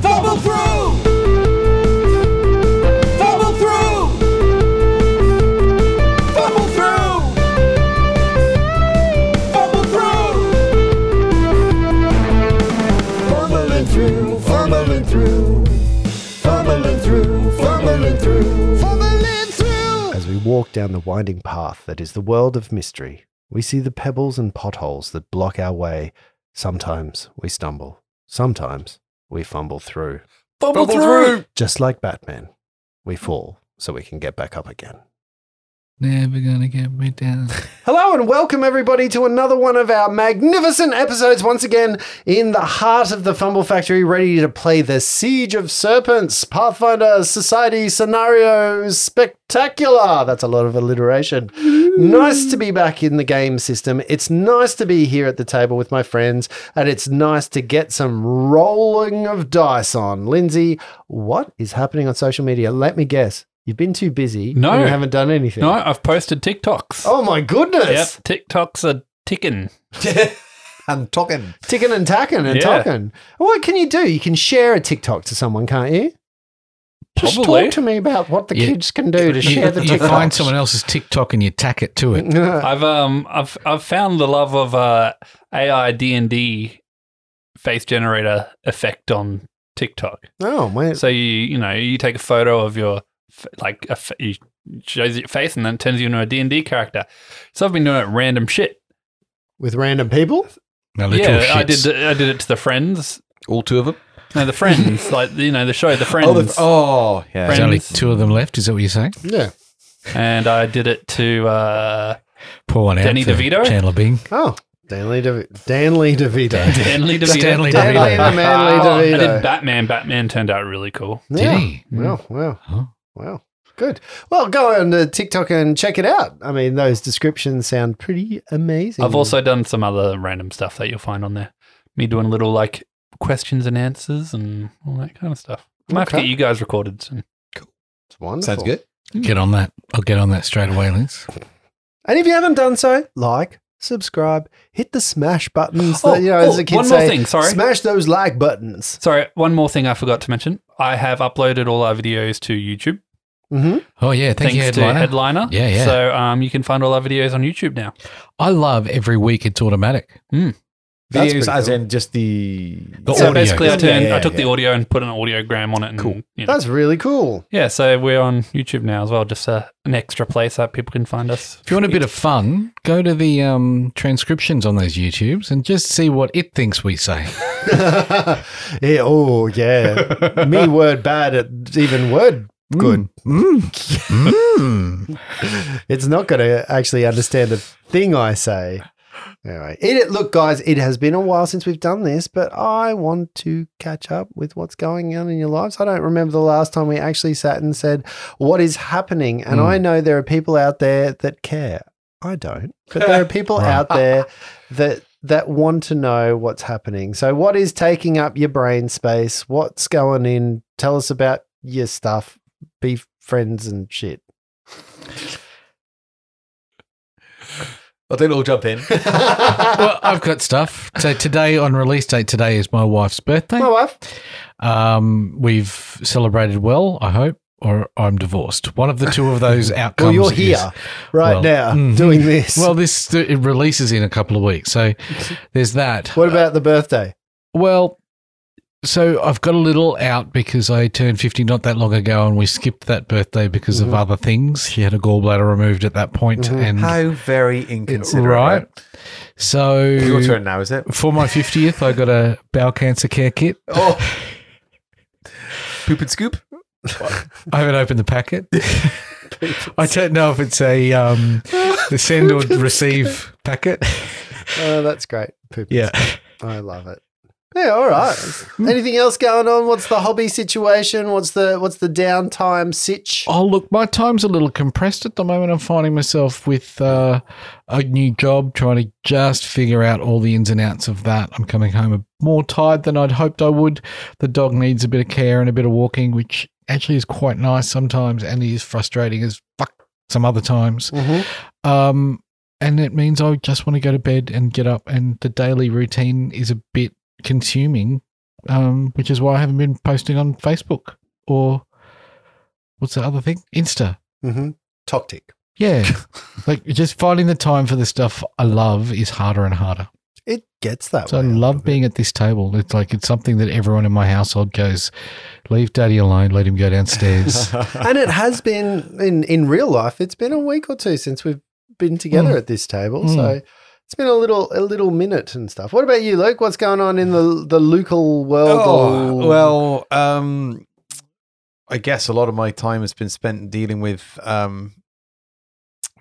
Follow through. Follow through. Follow through. Follow through. Fumbling through. Fumbling through. Fumbling through. Fumbling through. Fumbling through. As we walk down the winding path that is the world of mystery, we see the pebbles and potholes that block our way. Sometimes we stumble, sometimes we fumble through. Bubble through. Just like Batman, we fall so we can get back up again. Never gonna get me down. Hello and welcome everybody to another one of our magnificent episodes. Once again, in the heart of the Fumble Factory, ready to play the Siege of Serpents, Pathfinder Society Scenario Spectacular. That's a lot of alliteration. nice to be back in the game system. It's nice to be here at the table with my friends, and it's nice to get some rolling of dice on. Lindsay, what is happening on social media? Let me guess. You've been too busy. No. and you haven't done anything. No, I've posted TikToks. Oh my yep, goodness! TikToks are ticking. I'm talking. Ticking and tacking and Yeah. talking. What can you do? You can share a TikTok to someone, can't you? Just Probably. talk to me about what the You- kids can do to share the you TikTok. find someone else's TikTok and you tack it to Mm, it. I've um I've I've found the love of uh AI D and D face generator effect on TikTok. oh my! So you you know you take a photo of your f- like a f- you shows your face and then it turns you into a D and D character. So I've been doing it random shit. With random people, No, literal Yeah, I shits. did I did it to the friends. All two of them. No, the friends like you know the show the friends. Oh, the, oh yeah. There's Friends. only two of them left. Is that what you're saying? yeah. and I did it to uh, Pour one out. Danny for DeVito? Chandler Bing. Oh, Danley De- Danley DeVito. Stanley DeVito. Stanley Danley DeVito. the Manly Oh, I DeVito. did Batman. Batman turned out really cool. Did Yeah. he? Well, well, Huh? well. Good. Well, go on to TikTok and check it out. I mean, those descriptions sound pretty amazing. I've also done some other random stuff that you'll find on there. Me doing little like questions and answers and all that kind of stuff. I might have to Okay. get you guys recorded soon. It's wonderful. Sounds good. Get on that. I'll get on that straight away, Liz. And if you haven't done so, like, subscribe, hit the smash buttons. Oh, that, you know, oh, as the kids one more say, thing, sorry. smash those like buttons. Sorry, one more thing I forgot to mention. I have uploaded all our videos to YouTube. hmm Oh yeah, thank you, thanks to headliner. Headliner. Yeah, yeah. So um, you can find all our videos on YouTube now. I love every week. It's automatic. That's pretty Videos as cool. in just the The so audio. basically, I Yeah, turned, yeah, I took the yeah. audio and put an audiogram on it. And, Cool. you know. That's really cool. yeah, so we're on YouTube now as well. Just uh, an extra place that people can find us. If you want a bit of fun, go to the um, transcriptions on those YouTubes and just see what it thinks we say. yeah, oh, yeah. Me word bad at even word. Good. Mm. Mm. Mm. It's not going to actually understand a thing I say. Anyway, it, it- look, guys, it has been a while since we've done this, but I want to catch up with what's going on in your lives. I don't remember the last time we actually sat and said, What is happening? And Mm. I know there are people out there that care. I don't, but there are people Right. out there that that want to know what's happening. So, what is taking up your brain space? What's going in? Tell us about your stuff. Be friends and shit. Well, then all jump in. Well, I've got stuff. So today on release date, today is my wife's birthday. My wife. Um, we've celebrated well, I hope, or I'm divorced. One of the two of those Well, outcomes. you're here is- right Well, now mhm. doing this. well, this it releases in a couple of weeks, so there's that. what about the birthday? Well, so I've got a little out because I turned 50 not that long ago, and we skipped that birthday because Mhm. of other things. She had a gallbladder removed at that point, Mhm. and How very inconsiderate. Right. so Your turn now, is it? for my 50th, I got a bowel cancer care kit. Oh. Poop and scoop. I haven't opened the packet. I don't know if it's a um, the send or receive packet. Oh, that's great. Poop Yeah. Mm. I love it. Yeah, all right. Anything else going on? What's the hobby situation? What's the what's the downtime sitch? Oh, look, my time's a little compressed at the moment. I'm finding myself with uh, a new job, trying to just figure out all the ins and outs of that. I'm coming home more tired than I'd hoped I would. The dog needs a bit of care and a bit of walking, which actually is quite nice sometimes and is frustrating as fuck some other times. Mhm. Um, and it means I just want to go to bed and get up, and the daily routine is a bit consuming um, which is why I haven't been posting on Facebook or what's the other thing? Insta. Mm-hmm. Toctic. Yeah. like just finding the time for the stuff I love is harder and harder. It gets that So I way. love being at this table. It's like it's something that everyone in my household goes, leave daddy alone, let him go downstairs. and it has been in in real life. It's been a week or two since we've been together Mm. at this table, so it's been a little a little minute and stuff. What about you, Luke? What's going on in the the Lucal world? Oh, well, um, I guess a lot of my time has been spent dealing with, um,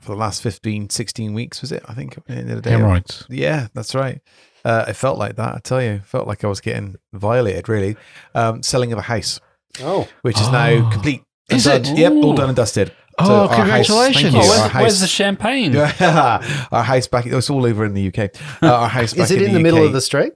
for the last 15, 16 weeks, was it? I think. at the end of the day. Hemorrhoids. Yeah, that's right. Uh, it felt like that, I tell you. It felt like I was getting violated, really. Um, selling of a house, oh, which Ah. is Oh. now complete. and Is it? done. Yep, all Ooh. done and dusted. Oh, our house- thank congratulations. you, Oh, Yeah, our where's, where's house- the champagne? our house back. It's all over in the UK. Uh, our house back is it in the, the middle UK of the street?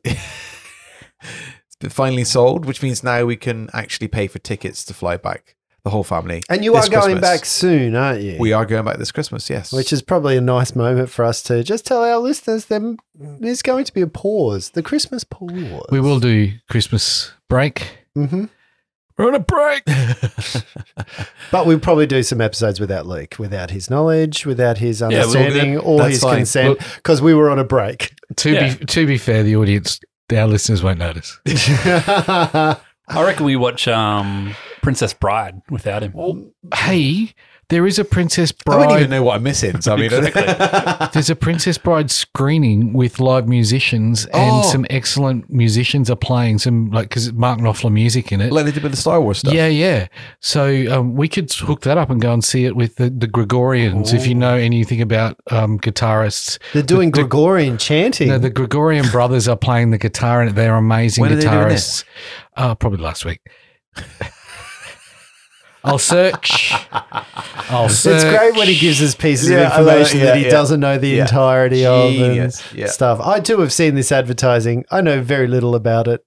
It's finally sold, which means now we can actually pay for tickets to fly back. The whole family. And you this are going Christmas. back soon, aren't you? We are going back this Christmas. Yes. Which is probably a nice moment for us to just tell our listeners there is going to be a pause, the Christmas pause. We will do Christmas break. hmm We're on a break. But we'll probably do some episodes without Luke, without his knowledge, without his we'll do understanding or That's his fine. consent, because we were on a break. to Yeah. be to be fair, the audience, our listeners won't notice. I reckon we watch um, Princess Bride without him. hey, there is a Princess I don't even Bride. know what I'm missing. So I mean, There's a Princess Bride screening with live musicians, and Oh. some excellent musicians are playing some like because Mark Knopfler music in it. like they did with the Star Wars stuff. Yeah, yeah. So um, we could hook that up and go and see it with the, the Gregorians if you know anything about um, guitarists. They're doing Gregorian chanting. No, the Gregorian brothers are playing the guitar and they're amazing When are they doing guitarists. Uh, probably last week. I'll search. I'll search. it's great when he gives us pieces Yeah, of I love it. information that Yeah, he yeah. doesn't know the Yeah. entirety of and Genius. Yeah. stuff. I too have seen this advertising. I know very little about it,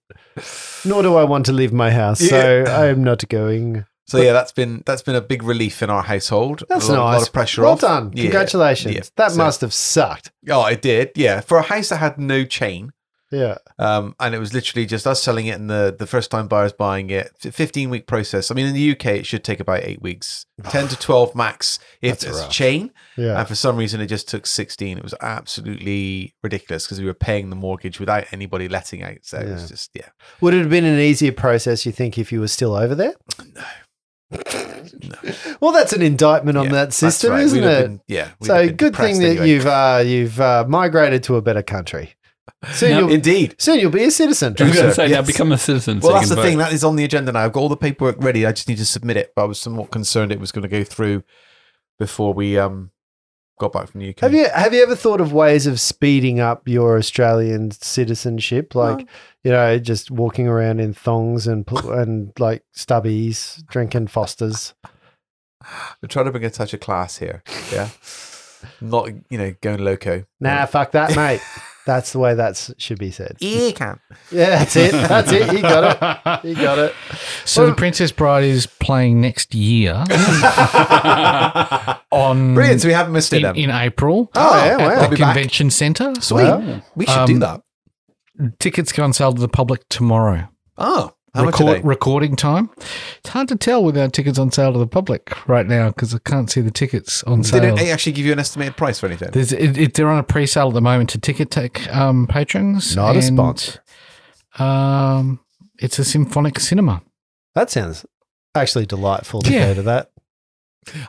nor do I want to leave my house, so I am not going. So yeah, that's been that's been a big relief in our household. That's a lot, nice. lot of pressure well off. done. Yeah, Congratulations. yeah. That So- must have sucked. Oh, it did. Yeah, for a house that had no chain, Yeah. um, and it was literally just us selling it and the the first time buyers buying it. Fifteen week process. I mean, in the UK, it should take about eight weeks, ten to twelve max if That's it's rough. chain. Yeah. And for some reason, it just took 16. It was absolutely ridiculous because we were paying the mortgage without anybody letting out. So it Yeah. was just, yeah. Would it have been an easier process, you think, if you were still over there? No. well, that's an indictment on Yeah, that that's system, right. We'd isn't have it? been- yeah. we'd have so been good thing depressed that anyway. you've uh, you've uh, migrated to a better country. Soon, Now- you'll, Indeed. soon you'll be a citizen. I was going to Yes. say, now become a citizen. so Well, you that's can the vote. thing. That is on the agenda now. I've got all the paperwork ready. I just need to submit it. But I was somewhat concerned it was going to go through before we um got back from the UK. Have you have you ever thought of ways of speeding up your Australian citizenship, like you know, just walking around in thongs and pl- and like stubbies, drinking Fosters? I'm trying to bring a touch of class here. Yeah. Not, you know, going loco. Nah, fuck that, mate. That's the way that should be said. You can. Yeah, that's it. That's it. You got it. You got it. so the Princess Bride is playing next year on Brilliant. So we haven't missed it. in, then. in April Oh, yeah, wow. at I'll the be back. convention centre. Sweet. we should do Um, that. Tickets go on sale to the public tomorrow. Oh, how much are Record, they? recording time. It's hard to tell without tickets on sale to the public right now because I can't see the tickets on sale. Did it actually give you an estimated price for anything? There's, it, it, they're on a pre-sale at the moment to Ticket Tech um, patrons. Not a and, sponsor. Um, it's a symphonic cinema. That sounds actually delightful to Yeah. go to that.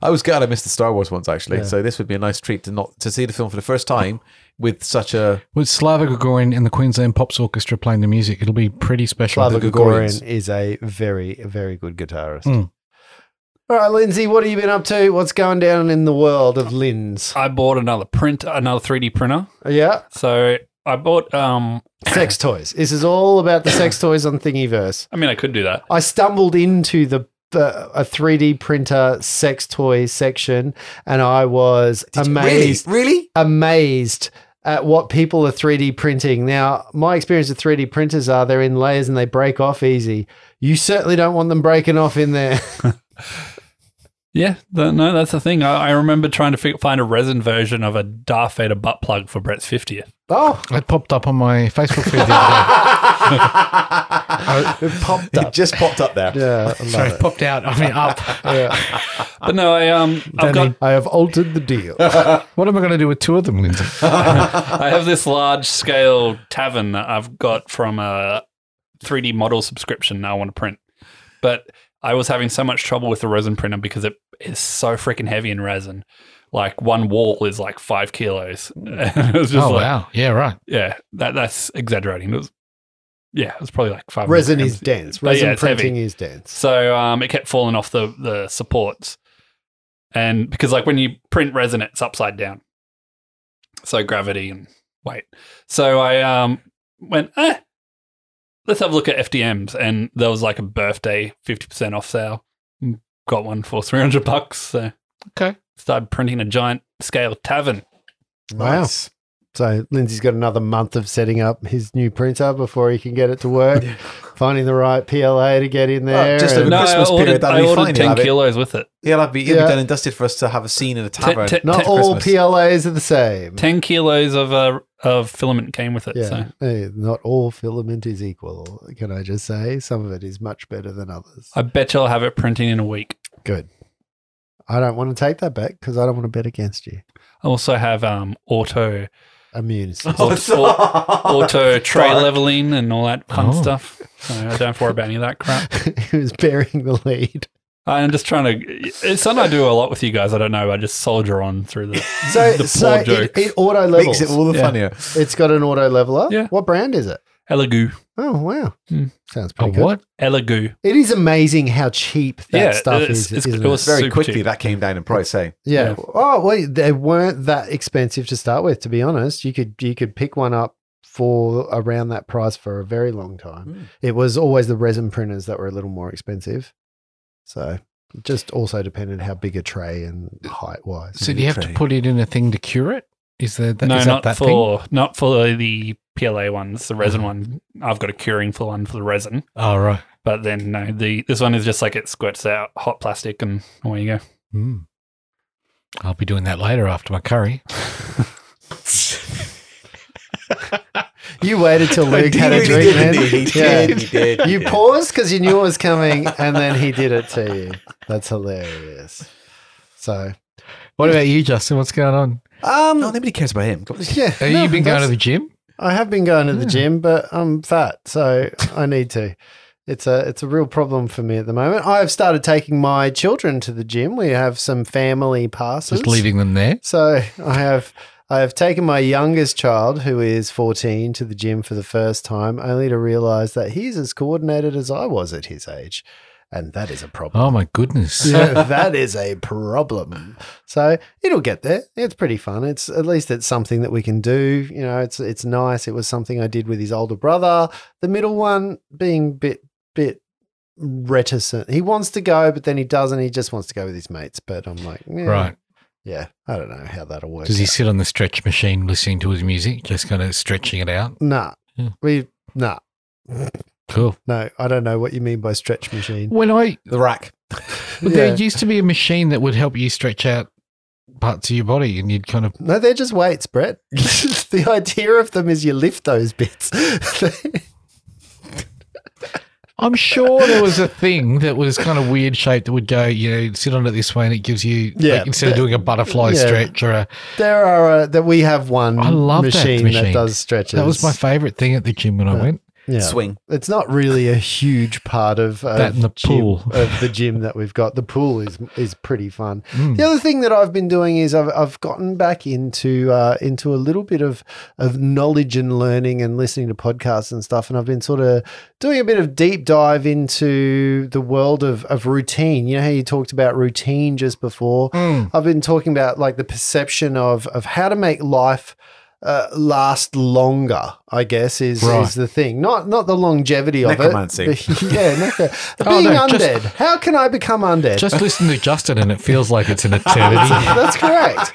I was glad I missed the Star Wars ones actually. Yeah. So this would be a nice treat to not to see the film for the first time with such a With Slava Gregorian and the Queensland Pops Orchestra playing the music, it'll be pretty special. Slava the Gregorian Hmm. Gregorians. is a very, very good guitarist. Mm. All right, Lindsay, what have you been up to? What's going down in the world of Linz? I bought another print, another 3D printer. Yeah, So I bought, um, sex toys. This is all about the sex toys on Thingiverse. I mean, I could do that. I stumbled into the, the a 3D printer sex toy section, and I was amazed. Really? amazed at what people are 3D printing. Now, my experience with 3D printers are they're in layers and they break off easy. You certainly don't want them breaking off in there. Yeah, th- no, that's the thing. I, I remember trying to fig- find a resin version of a Darth Vader butt plug for Brett's 50th. Oh. It popped up on my Facebook feed the other day. it popped up. It just popped up there. Yeah, I love Sorry, it. popped out. I mean, up. Ah. But no, I um, I've got, I have altered the deal. What am I going to do with two of them, Lindsay? I have this large scale tavern that I've got from a 3D model subscription. Now I want to print, but I was having so much trouble with the resin printer because it is so freaking heavy in resin. Like one wall is like five kilos. it was just Oh, like, wow. Yeah, right. yeah, that that's exaggerating. It was, yeah, it was probably like five. Resin grams. is dense. But Resin yeah, it's heavy. printing is dense. So um, it kept falling off the the supports, and because like when you print resin, it's upside down, so gravity and weight. So I um, went, eh, let's have a look at FDMs, and there was like a birthday fifty percent off sale. Mm, Got one for three hundred bucks. So Okay. started printing a giant scale tavern. Wow. So Lindsay's got another month of setting up his new printer before he can get it to work, finding the right PLA to get in there. just and- over No, Christmas I period, ordered, that'll I be ordered fine, ten you'll have it. kilos with it. Yeah, that'd be, it'd Yeah. be done and dusted for us to have a scene in a Ten- tavern. ten- not ten- all Christmas. PLAs are the same. ten kilos of uh, of filament came with it. yeah, So Hey, not all filament is equal. Can I just say some of it is much better than others? I bet you I'll have it printing in a week. Good. I don't want to take that back because I don't want to bet against you. I also have um, auto Immune Oh, system. auto, auto tray leveling and all that fun Oh. stuff. So I don't have to worry about any of that crap. he was burying the lead. I'm just trying to. It's something I do a lot with you guys. I don't know. I just soldier on through the So, the poor so it, jokes. it auto levels. Makes it all the Yeah. funnier. It's got an auto leveler. Yeah. What brand is it? Elegoo. Oh wow, Hmm. sounds pretty Oh, good. what? Elegoo. It is amazing how cheap that Yeah, stuff it's- is. it's- isn't it was Very Super quickly, cheap. that came down in price, eh? yeah. yeah. Oh wait, they weren't that expensive to start with. To be honest, you could you could pick one up for around that price for a very long time. Hmm. It was always the resin printers that were a little more expensive. So it just also depended how big a tray and height wise. So do you have to Tray. put it in a thing to cure it? Is there that, no, is that, not that thing? Uh-huh. for not for the PLA ones. The resin one. I've got a curing for one for the resin. Oh, right. But then no, the this one is just like it squirts out hot plastic and away you go. Mm. I'll be doing that later after my curry. You waited till Luke had a He drink, did, man. didn't he? He Yeah. did, he did, he You did. paused because you knew it was coming, and then he did it to you. That's hilarious. So, What about you, Justin? What's going on? um, No, nobody cares about him. yeah, Have no, you been going that's- to the gym? I have been going to the Yeah. gym, but I'm fat, so I need to. It's a it's a real problem for me at the moment. I've started taking my children to the gym. We have some family passes. Just leaving them there. So I have I have taken my youngest child, who is 14, to the gym for the first time, only to realize that he's as coordinated as I was at his age, and that is a problem. Oh my goodness. Yeah, that is a problem. So it'll get there. It's pretty fun. It's at least it's something that we can do. You know, it's it's nice. It was something I did with his older brother. The middle one being bit bit reticent. He wants to go, but then he doesn't. He just wants to go with his mates. But I'm like, yeah, Right. Yeah, I don't know how that'll work. Does he out. sit on the stretch machine listening to his music, just kind of stretching it out? Nah, Yeah. we nah. Cool. No, I don't know what you mean by stretch machine. When I The rack. there Yeah. used to be a machine that would help you stretch out parts of your body, and you'd kind of No, they're just weights, Brett. the idea of them is you lift those bits. I'm sure there was a thing that was kind of weird shaped that would go, you know, you'd sit on it this way and it gives you, like, Yeah. instead of doing a butterfly Yeah. stretch or a. There are uh, that we have one I love that machine, that machine. does stretches. That was my favorite thing at the gym when I went. yeah. Swing. It's not really a huge part of uh, That and the gym- pool. of the gym that we've got. The pool is is pretty fun. Mm. The other thing that I've been doing is I've I've gotten back into uh, into a little bit of of knowledge and learning and listening to podcasts and stuff, and I've been sort of doing a bit of deep dive into the world of of routine. You know how you talked about routine just before. Mm. I've been talking about like the perception of of how to make life uh, last longer I guess is Right. is the thing. Not not the longevity of Necromancy. it. yeah, necro- Oh, being no, just- undead. How can I become undead? Just listen to Justin, and it feels like it's an eternity. That's correct.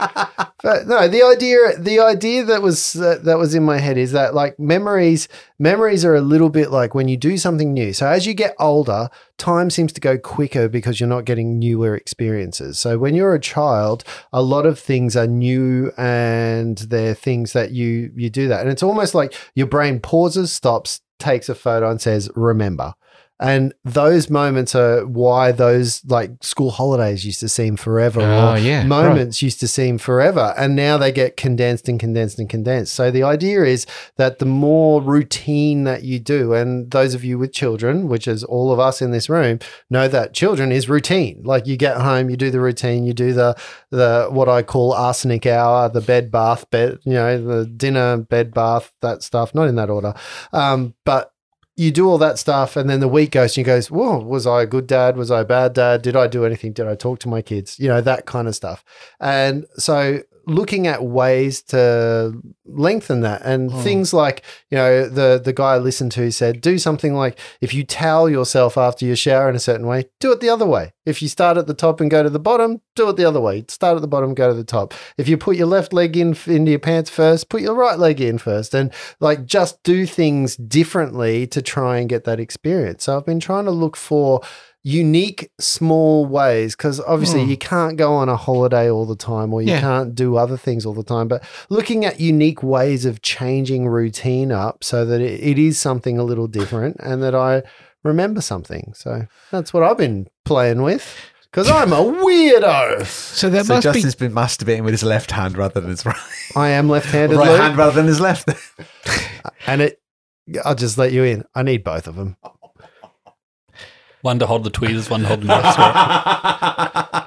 But no, the idea the idea that was that, that was in my head is that like memories memories are a little bit like when you do something new. So as you get older, time seems to go quicker because you're not getting newer experiences. So when you're a child, a lot of things are new and they're things that you you do that. And it's almost like your brain pauses, stops, takes a photo and says remember. And those moments are why those like school holidays used to seem forever Oh, or yeah, right. moments used to seem forever. And now they get condensed and condensed and condensed. So the idea is that the more routine that you do, and those of you with children, which is all of us in this room, know that children is routine. Like you get home, you do the routine, you do the the what I call arsenic hour, the bed bath, bed, you know, the dinner, bed bath, that stuff. Not in that order, um, but you do all that stuff, and then the week goes, and you goes, "Whoa, was I a good dad? Was I a bad dad? Did I do anything? Did I talk to my kids? You know, that kind of stuff." And so, looking at ways to lengthen that, and things like you know, the the guy I listened to said, "Do something like if you towel yourself after you shower in a certain way, do it the other way. If you start at the top and go to the bottom, do it the other way. Start at the bottom, go to the top. If you put your left leg in f- into your pants first, put your right leg in first, and like just do things differently to try and get that experience. So I've been trying to look for unique small ways because obviously Hmm. you can't go on a holiday all the time or you Yeah. can't do other things all the time but looking at unique ways of changing routine up so that it, it is something a little different and that i remember something so that's what i've been playing with because i'm a weirdo So that So must Justin's been masturbating with his left hand rather than his right, i am left-handed right Luke, hand rather than his left. and it i'll just let you in i need both of them One to hold the tweezers, one to hold the knife. Sorry. be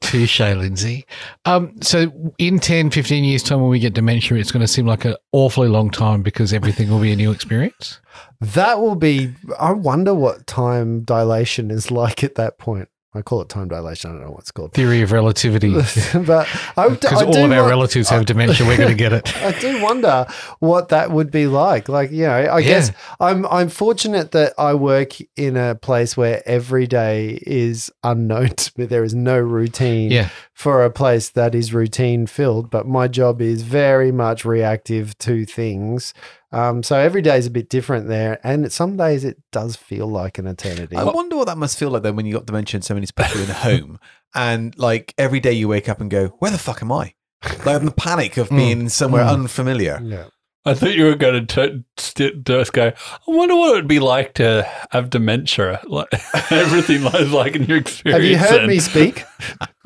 touche, Lindsay. Um, so in 10, 15 years' time, when we get dementia, it's going to seem like an awfully long time because everything will be a new experience. That will be. I wonder what time dilation is like at that point. I call it time dilation. I don't know what's called. Theory of relativity. but I, I Because Hmm. all do of our wo- relatives have dementia, we're going to get it. I do wonder what that would be like. Like, you know, I guess I'm I'm fortunate that I work in a place where every day is unknown to me. There is no routine Yeah. for a place that is routine filled, but my job is very much reactive to things. Um, so every day is a bit different there, and some days it does feel like an eternity. I wonder what that must feel like though when you got dementia and so many people in the home, and like every day you wake up and go, "Where the fuck am I?" Like I'm the panic Hmm. of being somewhere unfamiliar. yeah. I thought you were going to st- just go. I wonder what it would be like to have dementia. Like everything was like in your Have you experience. heard and- me speak?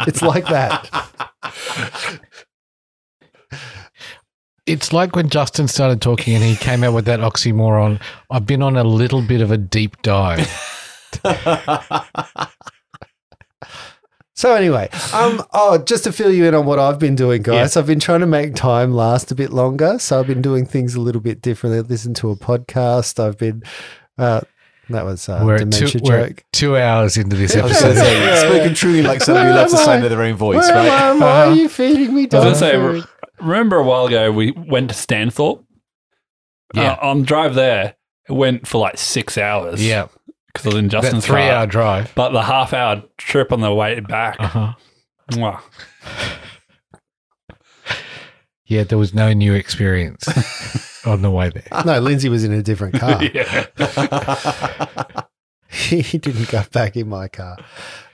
it's like that. It's like when Justin started talking and he came out with that oxymoron. I've been on a little bit of a deep dive. So anyway, um, oh, just to fill you in on what I've been doing, guys. I've been trying to make time last a bit longer, so I've been doing things a little bit differently. I listened to a podcast. I've been. Uh, that was a we're, at two, Uh, dementia we're joke. at two hours into this I was going to episode. say, you've spoken truly like somebody who loves the Where am I? sound of their own voice, Where right? am I? Why are you feeding me? I was gonna dog say, food? re- remember a while ago we went to Stanthorpe. Yeah. Uh, on the drive there, it went for like six hours. yeah. because I was in That Justin's three car. hour drive. But the half hour trip on the way back. Uh-huh. Mwah. Yeah, there was no new experience on the way there. no, Lindsay was in a different car. Yeah. he didn't go back in my car.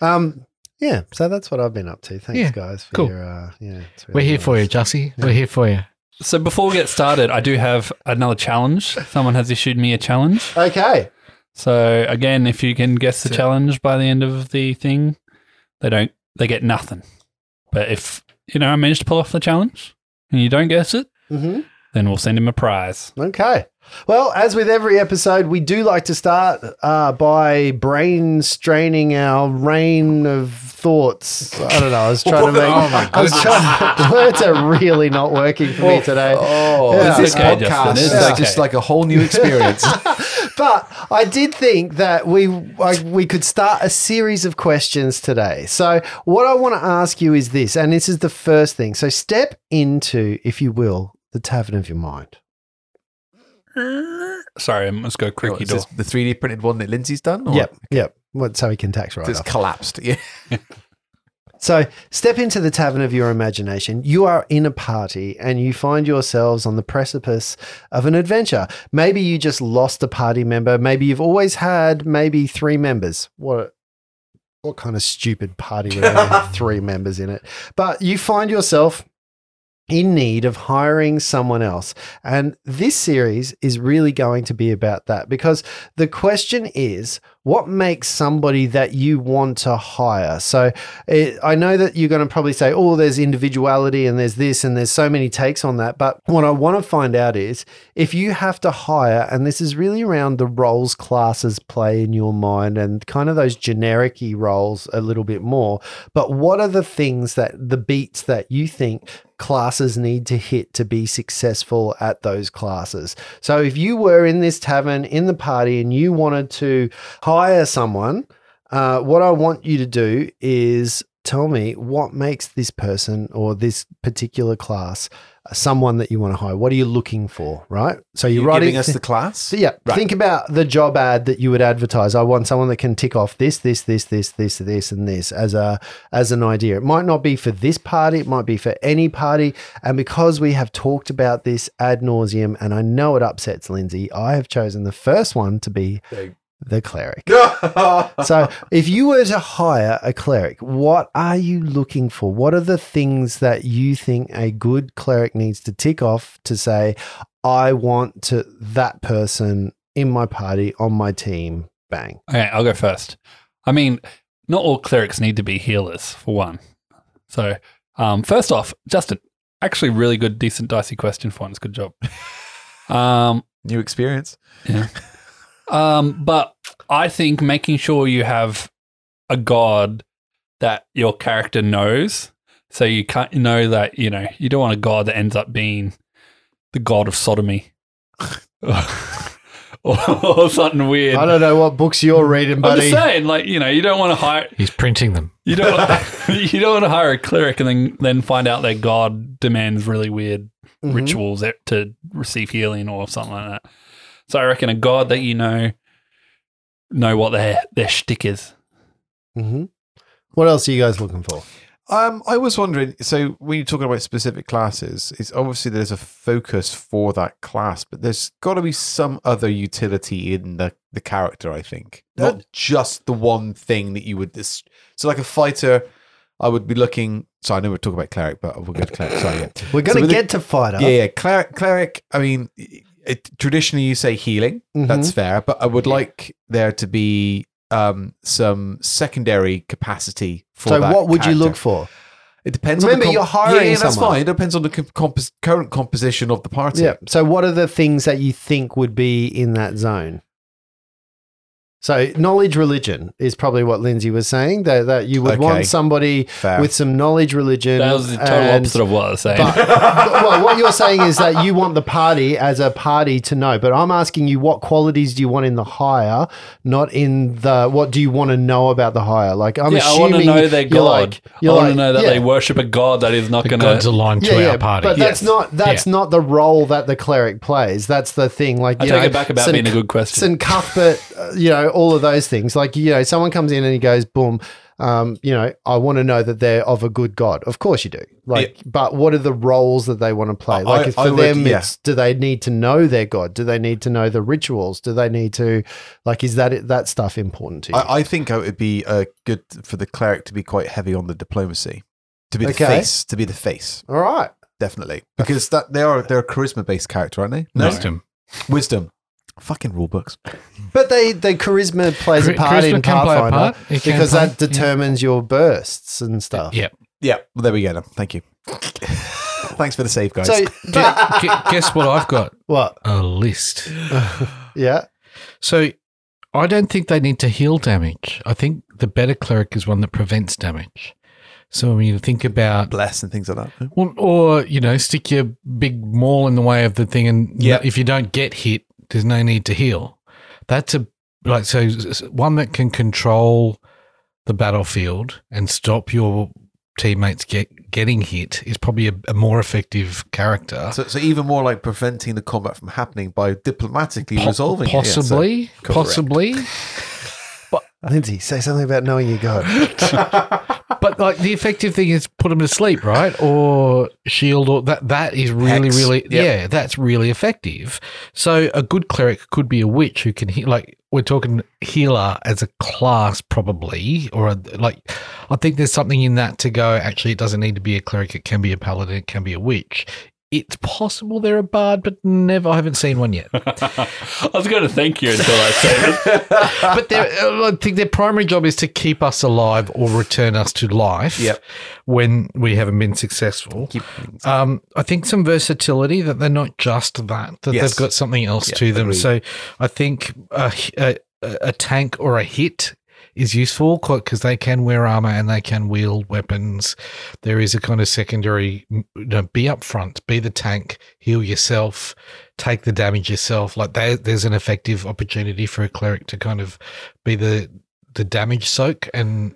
Um, yeah, so that's what I've been up to. Thanks, Yeah, guys. For cool. your, uh, yeah, it's really We're here for nice. you, Jussie. We're here for you. So before we get started, I do have another challenge. Someone has issued me a challenge. Okay. So again, if you can guess the challenge by the end of the thing, they don't they get nothing. But if you know I manage to pull off the challenge and you don't guess it, hmm then we'll send him a prize. Okay. Well, as with every episode, we do like to start uh, by brain straining our rain of thoughts. I don't know. I was trying to make. Oh Oh, I was trying. words are really not working for me today. Oh, Yeah. this Okay, Justin, podcast this is is okay. just like a whole new experience. but I did think that we I, we could start a series of questions today. So what I want to ask you is this, and this is the first thing. So step into, if you will, the tavern of your mind. Sorry, I must go creaky is door. this the 3D printed one that Lindsay's done? Or Yep, yep. Well, that's how he can tax right It's off. collapsed. Yeah. So, step into the tavern of your imagination. You are in a party and you find yourselves on the precipice of an adventure. Maybe you just lost a party member. Maybe you've always had maybe three members. What? What kind of stupid party would only have three members in it? But you find yourself in need of hiring someone else. And this series is really going to be about that because the question is what makes somebody that you want to hire? So it, I know that you're going to probably say, oh, there's individuality and there's this and there's so many takes on that. But what I want to find out is if you have to hire, and this is really around the roles classes play in your mind and kind of those generic roles a little bit more. But what are the things that the beats that you think classes need to hit to be successful at those classes? So if you were in this tavern in the party and you wanted to hire someone, uh, what I want you to do is tell me what makes this person or this particular class someone that you want to hire. What are you looking for, right? So you're, You're writing giving us the class. so yeah, Right. think about the job ad that you would advertise. I want someone that can tick off this, this, this, this, this, this, and this as a as an idea. It might not be for this party, it might be for any party. And because we have talked about this ad nauseum, and I know it upsets Lindsay, I have chosen the first one to be the cleric. so if you were to hire a cleric, what are you looking for? What are the things that you think a good cleric needs to tick off to say, I want to that person in my party, on my team, bang. Okay, I'll go first. I mean, not all clerics need to be healers, for one. So, um, first off, Justin, actually, really good, decent, dicey question for once. Good job. um, New experience. um, but I think making sure you have a god that your character knows, so you can't know that you know you don't want a god that ends up being the god of sodomy. or, or something weird. I don't know what books you're reading, I'm just buddy. saying, like you know, you don't want to hire He's printing them. you don't you don't want to hire a cleric and then then find out their god demands really weird Mm-hmm. Mhm. rituals that- to receive healing or something like that. So I reckon a god that you know know what their their shtick is. Mm-hmm. Mhm. What else are you guys looking for? Um, I was wondering. So when you're talking about specific classes, it's obviously there's a focus for that class, but there's got to be some other utility in the the character. I think not just the one thing that you would this. So like a fighter, I would be looking. So I know we're talking about cleric, but we'll go to cleric. Sorry, yeah. We're So gonna with the- get to fighter. Yeah, yeah. Cleric, cleric. I mean, it, traditionally you say healing. Mm-hmm. That's fair, but I would like there to be um some secondary capacity for. so that what would you character. look for? It depends. Remember, on the you're hiring Yeah, yeah, that's someone. fine. It depends on the com- compos- current composition of the party. Yeah. So what are the things that you think would be in that zone? So knowledge religion is probably what Lindsay was saying that that you would Okay. want somebody Fair. with some knowledge religion. That was the total and- opposite of what I was saying. But, well, what you're saying is that you want the party as a party to know, but I'm asking you what qualities do you want in the hire, not in the what do you want to know about the hire? Like I'm yeah, I want assuming to know their you're god. like- I you're want like, to know that yeah. they worship a god that is not The going gods to. aligned to our party. But that's Yes. not that's not the role that the cleric plays. That's the thing. Like I you take know, it back about St. being a good question. St. Cuthbert, uh, you know, all of those things. Like you know, someone comes in and he goes, "Boom." Um, you know, I want to know that they're of a good god. Of course you do. Like, but what are the roles that they want to play? Like, I- if for I would- them, yeah. it's do they need to know their god? Do they need to know the rituals? Do they need to, like, is that that stuff important to you? I, I think it would be uh, good for the cleric to be quite heavy on the diplomacy, to be the Okay. face, to be the face, all right. definitely, because that they are they're a charisma based character, aren't they? Wisdom. wisdom. Fucking rule books. But they, they charisma plays a Char- part charisma in can play a Pathfinder part. It can because play, that yeah. determines your bursts and stuff. Yeah. Yeah, well, there we go. Then. Thank you. Thanks for the save, guys. So, Gu- gu- guess what I've got? what? A list. Yeah. So I don't think they need to heal damage. I think the better cleric is one that prevents damage. So I mean, think about Bless and things like that. Well, or you know, stick your big maul in the way of the thing, and Yeah. if you don't get hit, there's no need to heal. That's a like so s- s- one that can control the battlefield and stop your teammates get getting hit is probably a, a more effective character. So, so even more like preventing the combat from happening by diplomatically Po- resolving it. Yeah, so- possibly, Correct. possibly. Lindsay, say something about knowing your God. But like the effective thing is put them to sleep, right? Or shield, or that that is really, Hex. really, Yep. yeah, that's really effective. So a good cleric could be a witch who can heal. Like we're talking healer as a class, probably, or a, like I think there's something in that to go. Actually, it doesn't need to be a cleric. It can be a paladin. It can be a witch. It's possible they're a bard, but never. I haven't seen one yet. I was going to thank you until I said it. but their- I think their primary job is to keep us alive or return us to life. Yep. When we haven't been successful. Keep, Um, I think some versatility that they're not just that, that Yes. they've got something else Yeah, to them. agreed. So I think a, a, a tank or a hit is useful because they can wear armor and they can wield weapons. There is a kind of secondary, you know, be up front, be the tank, heal yourself, take the damage yourself. Like there, there's an effective opportunity for a cleric to kind of be the the damage soak and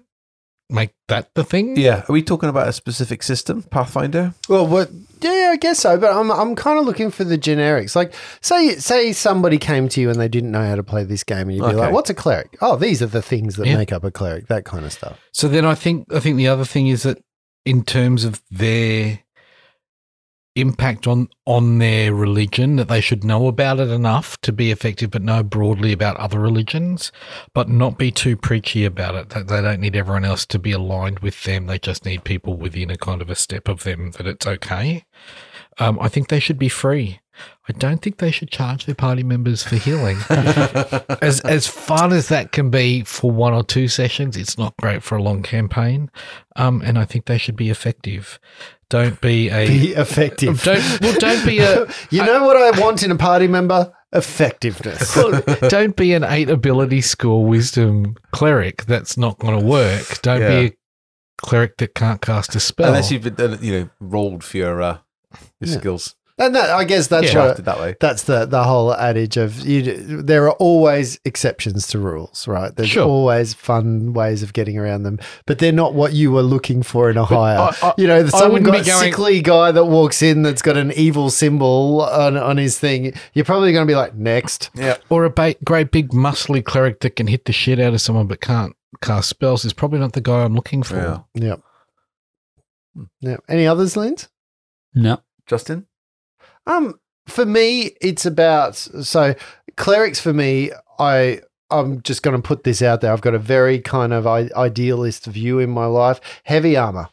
make that the thing. yeah. Are we talking about a specific system, Pathfinder? well, what? Yeah, I guess so. But I'm, I'm kind of looking for the generics. Like, say, say somebody came to you and they didn't know how to play this game, and you'd be Okay. like, "What's a cleric? Oh, these are the things that Yeah. make up a cleric. That kind of stuff." So then I think I think the other thing is that in terms of their impact on on their religion that they should know about it enough to be effective but know broadly about other religions but not be too preachy about it that they don't need everyone else to be aligned with them they just need people within a kind of a step of them that it's okay um, i think they should be free i don't think they should charge their party members for healing as as fun as that can be for one or two sessions, it's not great for a long campaign. Um, and I think they should be effective. Don't be a Be effective. don't well, don't be a you know what I want in a party member? Effectiveness. don't be an eight ability score wisdom cleric. That's not going to work. Don't Yeah. be a cleric that can't cast a spell. Unless you've been, uh, you know rolled for your, uh, your Oh. Yeah. skills, and that, I guess that's Yeah. what, drafted that way. that's the the whole adage of you. d- There are always exceptions to rules, right? There's Sure. always fun ways of getting around them, but they're not what you were looking for in a hire. I- I- you know, some wouldn't guy, be going- sickly guy that walks in that's got an evil symbol on, on his thing. You're probably going to be like, next. Yeah, or a ba- great big muscly cleric that can hit the shit out of someone but can't cast spells is probably not the guy I'm looking for. Yeah. Yep. Hmm. Yeah. Any others, Linz? No. Justin. Um, for me, it's about so clerics. For me, I I'm just going to put this out there. I've got a very kind of I- idealist view in my life. Heavy armor.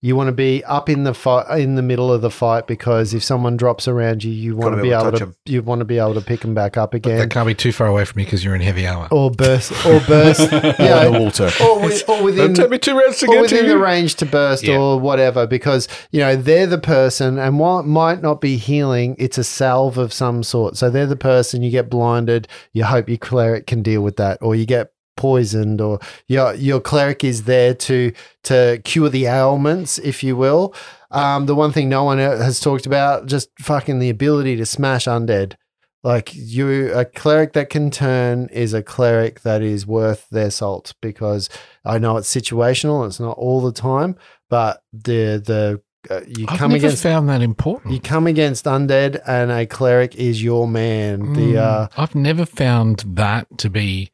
You want to be up in the fight, in the middle of the fight, because if someone drops around you, you want Gotta to be be able to able touch to 'em. you want to be able to pick them back up That again, can't be too far away from you because you're in heavy armor. or burst, or burst, Or in yeah, Oh. the water. or, with, or within me two rounds to or within the range to burst Yeah. or whatever, because you know they're the person, and while it might not be healing, it's a salve of some sort. So they're the person you get blinded. You hope your cleric can deal with that, or you get poisoned, or your your cleric is there to to cure the ailments, if you will. Um, the one thing no one has talked about, just fucking the ability to smash undead. Like you, a cleric that can turn is a cleric that is worth their salt because I know it's situational. It's not all the time, but the the uh, you I've come never against found that you important. come against undead, and a cleric is your man. Mm. The uh, I've never found that to be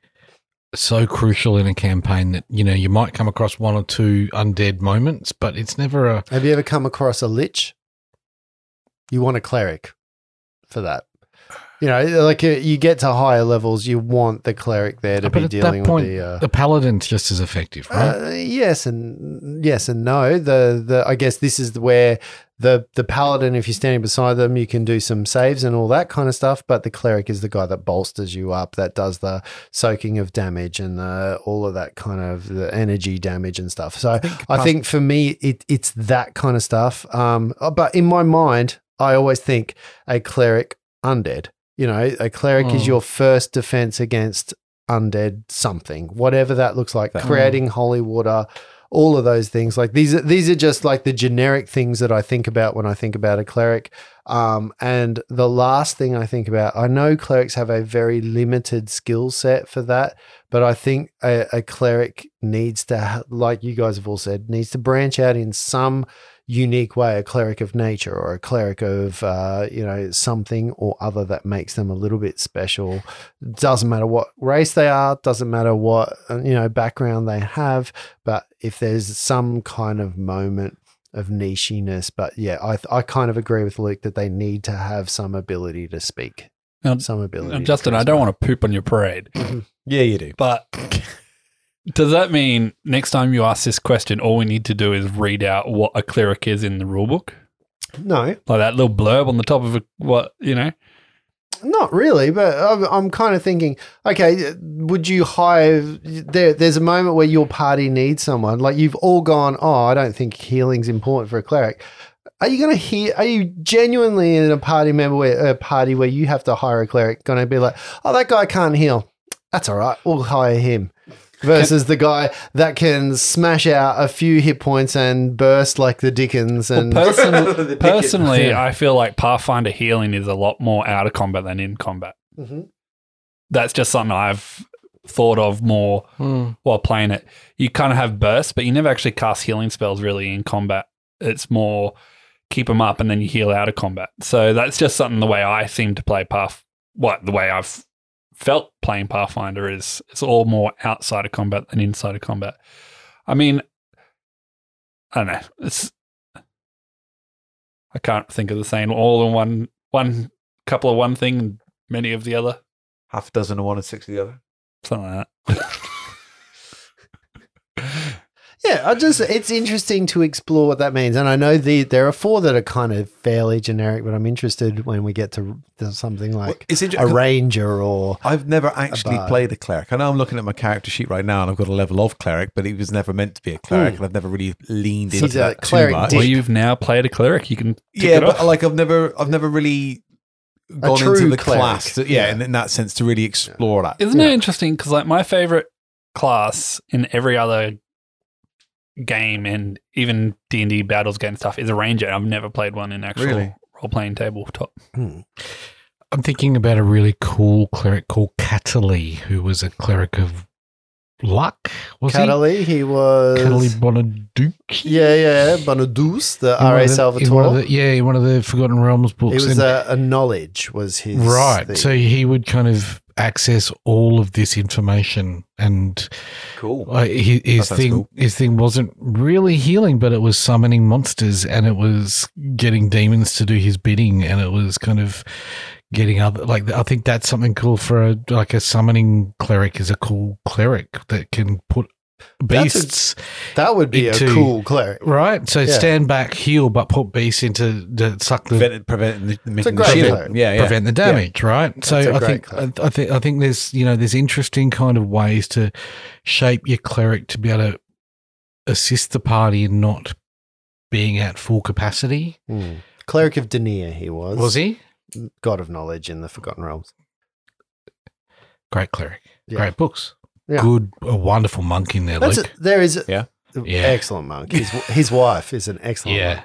so crucial in a campaign that you know you might come across one or two undead moments, but it's never a have you ever come across a lich? You want a cleric for that. You know, like uh, you, you get to higher levels, you want the cleric there to but be at that dealing point with the. Uh, the paladin's just as effective, right? Uh, yes and yes and no. The the I guess this is where the the paladin, if you're standing beside them, you can do some saves and all that kind of stuff. But the cleric is the guy that bolsters you up, that does the soaking of damage and the, all of that kind of the energy damage and stuff. So I think for me, it it's that kind of stuff. Um, uh, but in my mind, I always think a cleric undead. You know, a cleric is Mm. your first defense against undead something, whatever that looks like. That- Creating holy water, all of those things. Like these, are, these are just like the generic things that I think about when I think about a cleric. Um, and the last thing I think about, I know clerics have a very limited skill set for that, but I think a, a cleric needs to, ha- like you guys have all said, needs to branch out in some unique way. A cleric of nature or a cleric of, uh, you know, something or other that makes them a little bit special. Doesn't matter what race they are, doesn't matter what uh, you know background they have, but if there's some kind of moment of nichiness. But yeah, I th- I kind of agree with Luke that they need to have some ability to speak, Now- some ability. And Justin, I don't want to poop on your parade, Yeah, you do. but does that mean next time you ask this question, all we need to do is read out what a cleric is in the rulebook? to. No, Like that little blurb on the top of a, what, you know? not really. But I'm, I'm kind of thinking, okay, would you hire? There, there's a moment where your party needs someone. Like you've all gone. Oh, I don't think healing's important for a cleric. Are you gonna hear? Are you genuinely in a party member where a party where you have to hire a cleric? Gonna be like, oh, that guy can't heal. That's all right. We'll hire him. Versus the guy that can smash out a few hit points and burst like the Dickens and Person- personally, I feel like Pathfinder healing is a lot more out of combat than in combat. Mhm. That's just something I've thought of more Hmm. while playing it. You kind of have bursts, but you never actually cast healing spells really in combat. It's more keep them up and then you heal out of combat. So that's just something the way I seem to play Path. What the way I've felt playing Pathfinder is it's all more outside of combat than inside of combat. I mean, I don't know. It's I can't think of the saying. All in one, one couple of one thing, and many of the other, Half a dozen of one and six of the other. something like that. Yeah, I just it's interesting to explore what that means, and I know the there are four that are kind of fairly generic, but I'm interested when we get to to something like it's a interesting. ranger or I've never actually bard. played a cleric. I know I'm looking at my character sheet right now, and I've got a level of cleric, but he was never meant to be a cleric, Mm. and I've never really leaned He's into a that cleric too much. dick. Well, you've now played a cleric. You can tick yeah, it but off. like I've never, I've never really gone into true the cleric. class. To, yeah, Yeah. and in that sense, to really explore that. Isn't it interesting? Because like my favorite class in every other game and even D and D battles game stuff is a ranger. I've never played one in actual Really? role playing tabletop. I'm thinking about a really cool cleric called Cataly, who was a cleric of luck. Was Cataly. He, he? was Cataly Bonaduki. yeah, yeah, Bonadus, the In one R.A. of the- in one of Salvatore. the- yeah, in one of the Forgotten Realms It books. was uh, And- a, a knowledge was his right. thing. So he would kind of access all of this information, and Cool. uh, his, his sounds thing cool. his thing wasn't really healing, but it was summoning monsters, and it was getting demons to do his bidding, and it was kind of getting other like I think that's something cool for a like a summoning cleric is a cool cleric that can put That's a- beasts that would be a Into- cool cleric. right. So Yeah. stand back, heal, but put beasts into the suck the Preventing, preventing the, making the great shield. cleric. Yeah, yeah. prevent the damage, right? so a I great think I, cleric. I think I think there's you know there's interesting kind of ways to shape your cleric to be able to assist the party in not being at full capacity. Hmm. Cleric of Dania, he was. Was he God of Knowledge in the Forgotten Realms. great cleric? Yeah. Great books. Yeah. Good, a wonderful monk in there, That's a, Luke. there is Yeah. Yeah. excellent monk. His, his wife is an excellent monk.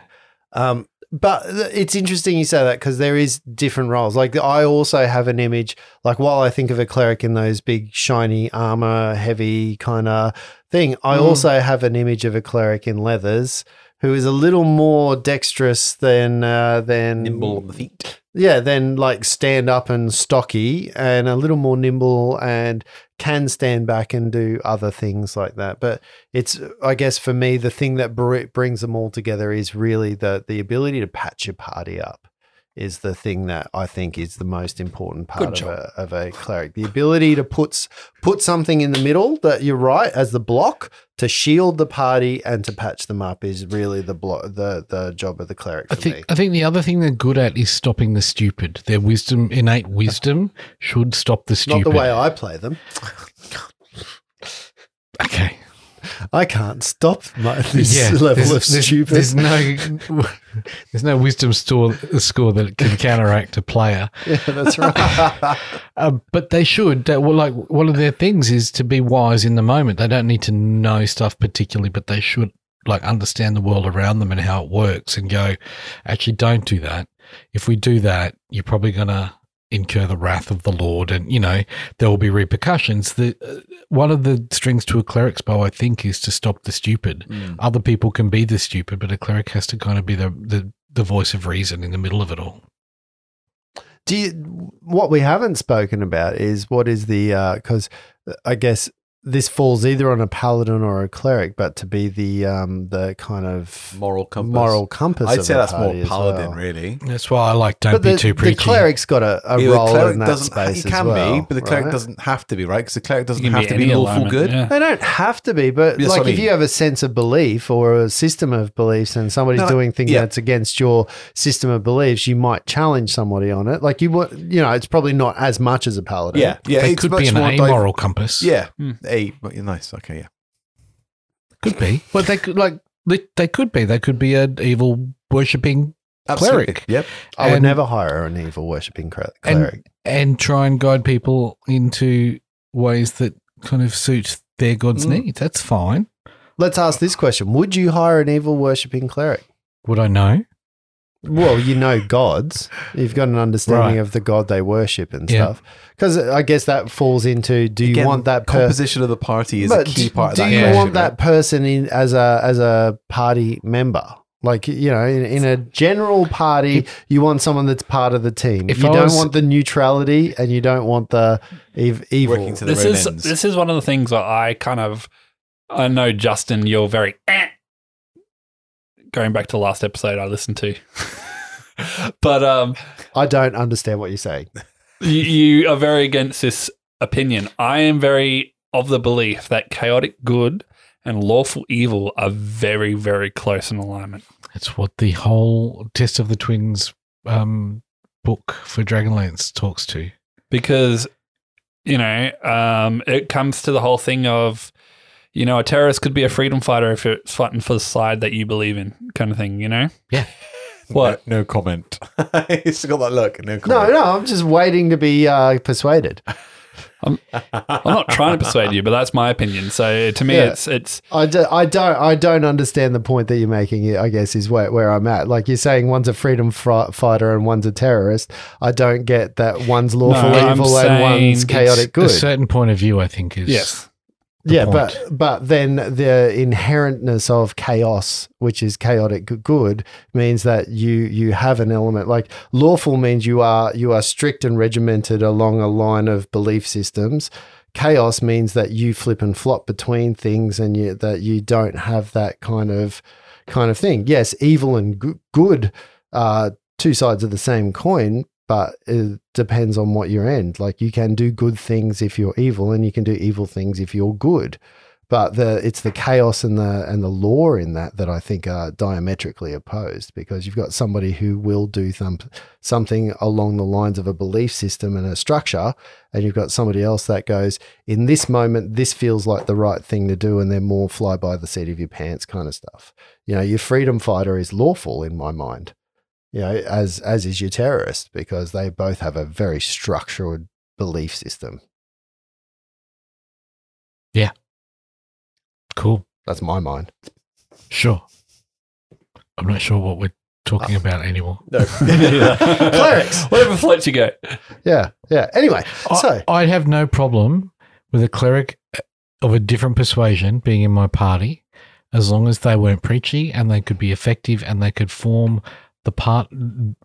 yeah, Um, but th- it's interesting you say that because there is different roles. Like I also have an image, like while I think of a cleric in those big shiny armor, heavy kind of thing, I also have an image of a cleric in leathers who is a little more dexterous than uh, than Nimble on the feet. yeah, then like stand up and stocky and a little more nimble and can stand back and do other things like that. But it's, I guess, for me, the thing that br- brings them all together is really the the ability to patch your party up. Is the thing that I think is the most important part of a, of a cleric. The ability to put s- put something in the middle that you're right as the block to shield the party and to patch them up is really the blo- the the job of the cleric. I For me. think I think the other thing they're good at is stopping the stupid. Their wisdom, innate wisdom, should stop the Not stupid. the way I play them. okay. I can't stop my, this Yeah, level there's- of there's- stupid. There's no, there's no wisdom store, uh, score that can counteract a player. yeah, that's right. Uh, but they should. That, well, like one of their things is to be wise in the moment. They don't need to know stuff particularly, but they should like understand the world around them and how it works and go, actually, don't do that. If we do that, you're probably going to incur the wrath of the Lord, and you know there will be repercussions. The uh, one of the strings to a cleric's bow, I think, is to stop the stupid. Mm. Other people can be the stupid, but a cleric has to kind of be the the, the voice of reason in the middle of it all. Do you, what we haven't spoken about is what is the because I guess this falls either on a paladin or a cleric, but to be the um, the kind of Moral compass. moral compass. I'd of say the that's more party as paladin, well. really. That's why I like don't But be the, too the preachy. cleric's got a, a Yeah, role in that doesn't. space. he can as well, be, but the cleric right? doesn't have to be, right? Because the cleric doesn't You can have to be any lawful alignment, good. yeah. They don't have to be, but That's like what I if mean. you have a sense of belief or a system of beliefs and somebody's No, doing things yeah. that's against your system of beliefs, you might challenge somebody on it. Like you would, you know, it's probably not as much as a paladin. Yeah, yeah. They it's could much be an more div- amoral compass. Yeah, Hmm. a but you're nice. Okay, yeah. could be. But they could like they, they could be. They could be an evil worshipping cleric Yep. I would And- never hire an evil worshipping cre- And- cleric. and try and guide people into ways that kind of suit their god's Mm. needs. That's fine. Let's ask this question: Would you hire an evil worshipping cleric? Would I know? Well, you know gods. You've got an understanding Right. of the god they worship and Yeah. stuff. Because I guess that falls into: Do you Again, want that person? composition of the party is a But key d- part of do that. you equation, want that person in as a as a party member? Like you know, in, in a general party, you want someone that's part of the team. If you I don't was- want the neutrality, and you don't want the ev- evil. working to their this own is ends. this is one of the things that I kind of I know Justin, you're very eh, going back to last episode I listened to, but um, I don't understand what you're saying. you, you are very against this opinion. I am very of the belief that chaotic good and lawful evil are very very close in alignment. It's what the whole Test of the Twins um, book for Dragonlance talks to. because you know um, it comes to the whole thing of you know a terrorist could be a freedom fighter if it's fighting for the side that you believe in kind of thing you know Yeah. what No, no comment. He's got that look. No No, comment. no, I'm just waiting to be uh, persuaded. i'm not trying to persuade you but that's my opinion so to me Yeah. it's it's I, do, I don't I don't understand the point that you're making. I guess is where, where I'm at. Like you're saying, one's a freedom fri- fighter and one's a terrorist. I don't get that one's lawful No, I'm evil and one's saying chaotic A good. certain point of view, I think, is yes yeah, point. but but then the inherentness of chaos, which is chaotic g- good, means that you you have an element like lawful means you are you are strict and regimented along a line of belief systems. Chaos means that you flip and flop between things, and you, that you don't have that kind of kind of thing. Yes, evil and g- good are two sides of the same coin, but it depends on what your end. Like you can do good things if you're evil, and you can do evil things if you're good. But the it's the chaos and the and the law in that that I think are diametrically opposed because you've got somebody who will do thump, something along the lines of a belief system and a structure, and you've got somebody else that goes in this moment this feels like the right thing to do, and they're more fly by the seat of your pants kind of stuff. You know, your freedom fighter is lawful in my mind you know, as as is your terrorist, because they both have a very structured belief system. cool. That's my mind. Sure. I'm not sure what we're talking about anymore. Clerics. whatever floats you go Yeah, yeah. Anyway, so I, would have no problem with a cleric uh, of a different persuasion being in my party, as long as they weren't preachy and they could be effective and they could form the part,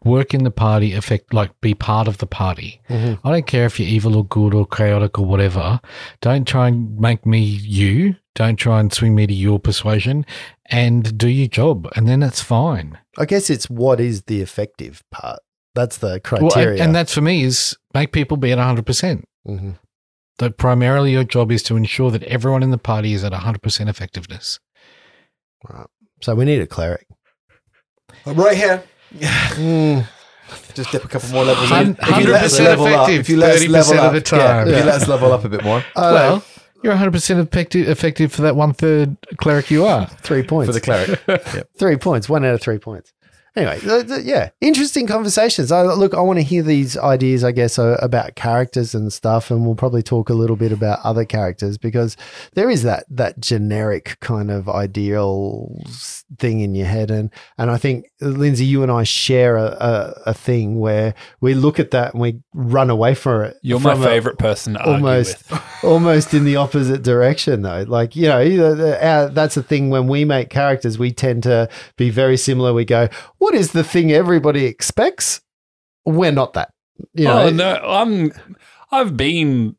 work in the party, effect like be part of the party. Mhm. I don't care if you're evil or good or chaotic or whatever. Don't try and make me you. Don't try and swing me to your persuasion, and do your job, and then that's fine. I guess it's what is the effective part. That's the Well, criteria. and, and that's for me is make people be at hundred percent. Mhm. that primarily your job is to ensure that everyone in the party is at 100% effectiveness. So we need a cleric. I'm right here. Mm. Just dip a couple more levels. Hun- in. If you let us 100% level up, effective, if you let us 30% level of up, the yeah, time. if Yeah. you let us level up a bit more I don't know, well, you're 100% effective, effective for that one third cleric you are. three points. for the cleric. three points. One out of three points. Anyway, th- th- yeah, interesting conversations. I, look, I want to hear these ideas, I guess, uh, about characters and stuff, and we'll probably talk a little bit about other characters because there is that that generic kind of ideal s- thing in your head, and and I think Lindsay, you and I share a, a, a thing where we look at that and we run away from it. You're my from it favorite person to argue almost with. almost in the opposite direction though like you know the- the- our- that's the thing when we make characters we tend to be very similar we go what is the thing everybody expects we're not that you know oh no, I'm. I've been.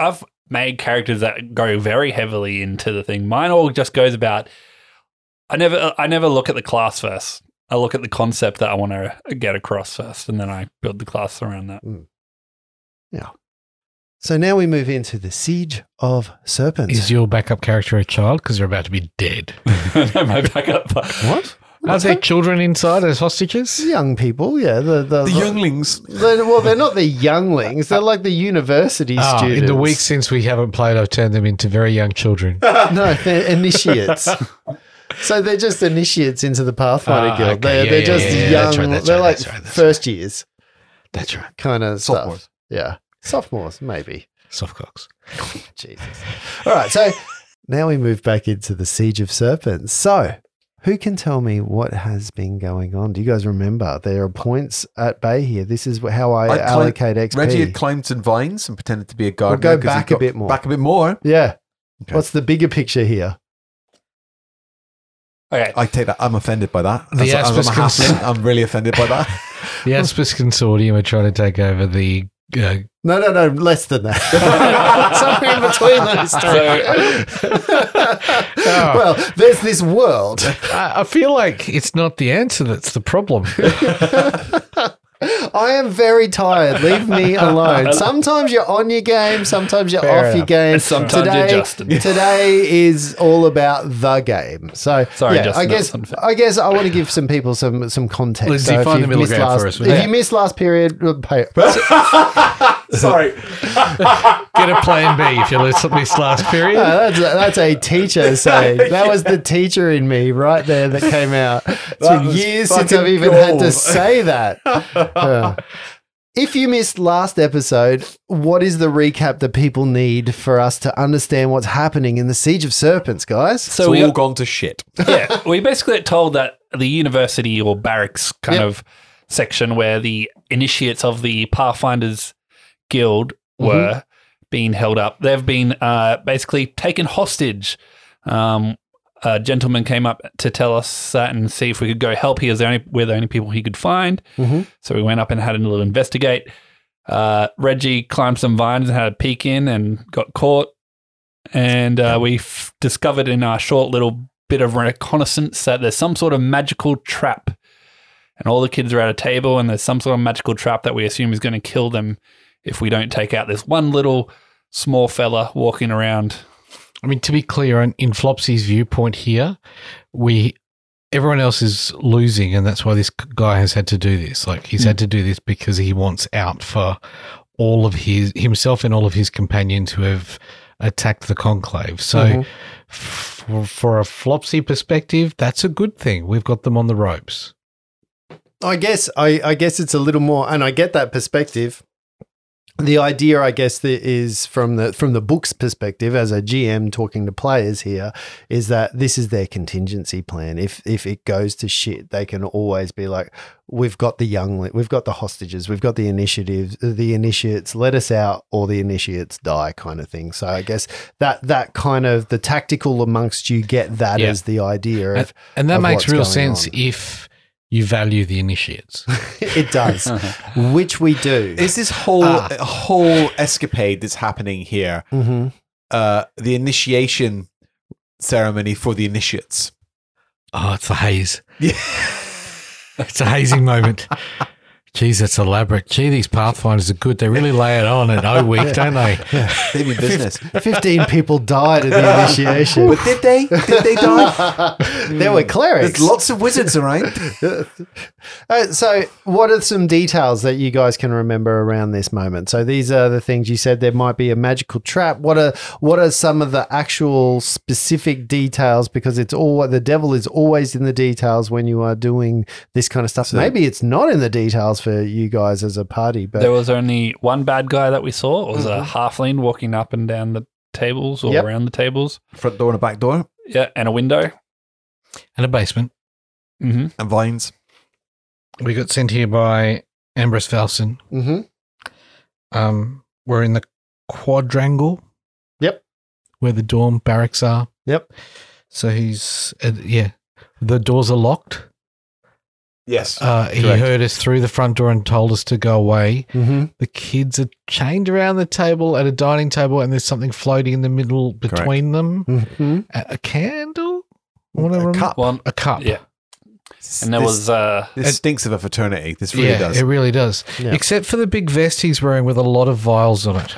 I've made characters that go very heavily into the thing. Mine all just goes about. I never. I never look at the class first. I look at the concept that I want to get across first, and then I build the class around that. so now we move into the siege of serpents Is your backup character a child? Because they're about to be dead. My backup. what Are What's there that? children inside as hostages? young people yeah the the, The younglings. they're- well they're not the younglings they're like the university Ah, students in the weeks since we haven't played, I've turned them into very young children. no, they're initiates. so they're just initiates into the Pathfinder Ah, Guild. okay. They're, Yeah, they're yeah, just yeah, yeah. young. That's right, that's they're right, like that's right, that's first years That's right. kind of Sophomores. stuff. Yeah, sophomores maybe. Softcocks. Jesus. All right, so now we move back into the Siege of Serpents. So. Who can tell me what has been going on? Do you guys remember? There are points at bay here. This is how I, I'd cli- allocate XP. Reggie had climbed some vines and pretended to be a go gardener. 'cause he back a got bit more. Back a bit more. yeah. Okay. What's the bigger picture here? Okay. I take that. I'm offended by that. The That's- I'm, Aspis a Consult- halfling. I'm really offended by that. The Aspis Consortium are trying to take over the. Uh, No, no, no, less than that. Somewhere in between those Oh. two. well, there's this world. I, I feel like it's not the answer that's the problem. I am very tired. Leave me alone. Sometimes you're on your game, sometimes you're Fair off your enough. game. And sometimes you're Justin. Today is all about the game. So Sorry, yeah, Justin, I that guess was unfair. I guess I want to give some people some some context. Lindsay, if find the you've middle missed ground last, for us, will If you? you missed last period, uh, pay- Sorry. Get a plan B if you listen to this last period. No, that's, that's a teacher saying. That was the teacher in me right there that came out. It's That been was years since fucking I've even had to gold. say that. Yeah. If you missed last episode, what is the recap that people need for us to understand what's happening in the Siege of Serpents, guys? It's so we all gone to shit. yeah, we basically are told that the university or barracks kind Yep. of section where the initiates of the Pathfinders Guild were being held up. They've been uh, basically taken hostage. Um, a gentleman came up to tell us that and see if we could go help. He is the only we're the only people he could find. Mhm. So we went up and had a little investigate. Uh, Reggie climbed some vines and had a peek in and got caught. And uh, we f- discovered in our short little bit of reconnaissance that there's some sort of magical trap. And all the kids are at a table, and there's some sort of magical trap that we assume is going to kill them if we don't take out this one little small fella walking around. I mean, to be clear, in, in Flopsy's viewpoint here, we everyone else is losing, and that's why this guy has had to do this. Like he's Hmm. had to do this because he wants out for all of his himself and all of his companions who have attacked the conclave. So. Mhm. For, for a flopsy perspective, that's a good thing. We've got them on the ropes. I guess I, I guess it's a little more, and I get that perspective. The idea, I guess, that is from the from the book's perspective as a GM talking to players here, is that this is their contingency plan. If if it goes to shit, they can always be like, "We've got the young, we've got the hostages, we've got the initiatives, the initiates. Let us out, or the initiates die," kind of thing. So I guess that that kind of the tactical amongst you get that Yeah. as the idea And, of and that of makes what's real going sense on. if you value the initiates. it does, which we do. Is this whole Ah. whole escapade that's happening here hmm uh, the initiation ceremony for the initiates? oh, it's a haze. Yeah. It's a hazing moment. Geez, that's elaborate. Gee, these Pathfinders are good. They really lay it on at O week, don't they? They mean business. 15 people died at the initiation. but did they? Did they die? there were clerics. There's lots of wizards around. Uh, so, what are some details that you guys can remember around this moment? So, these are the things you said. There might be a magical trap. What are what are some of the actual specific details? Because it's all the devil is always in the details when you are doing this kind of stuff. Maybe it's not in the details for you guys as a party, but There was only one bad guy that we saw. It was a halfling walking up and down the tables or Yep. around the tables. Front door and a back door, Yeah, and a window. And a basement. Mm-hmm. and vines. We got sent here by Ambrose Felsen. Mhm. Um, we're in the quadrangle. Yep. Where the dorm barracks are. Yep. So he's, uh, yeah, the doors are locked. Yes. Uh, he Correct. heard us through the front door and told us to go away. Mm-hmm. Mhm. The kids are chained around the table at a dining table, and there's something floating in the middle between them. Mm-hmm. Mhm. A, a candle? Hmm, Whatever. a cup. One, A cup. Yeah. and there This- was uh, This It- stinks of a fraternity. This really yeah, does. it really does. Yeah. Except for the big vest he's wearing with a lot of vials on it.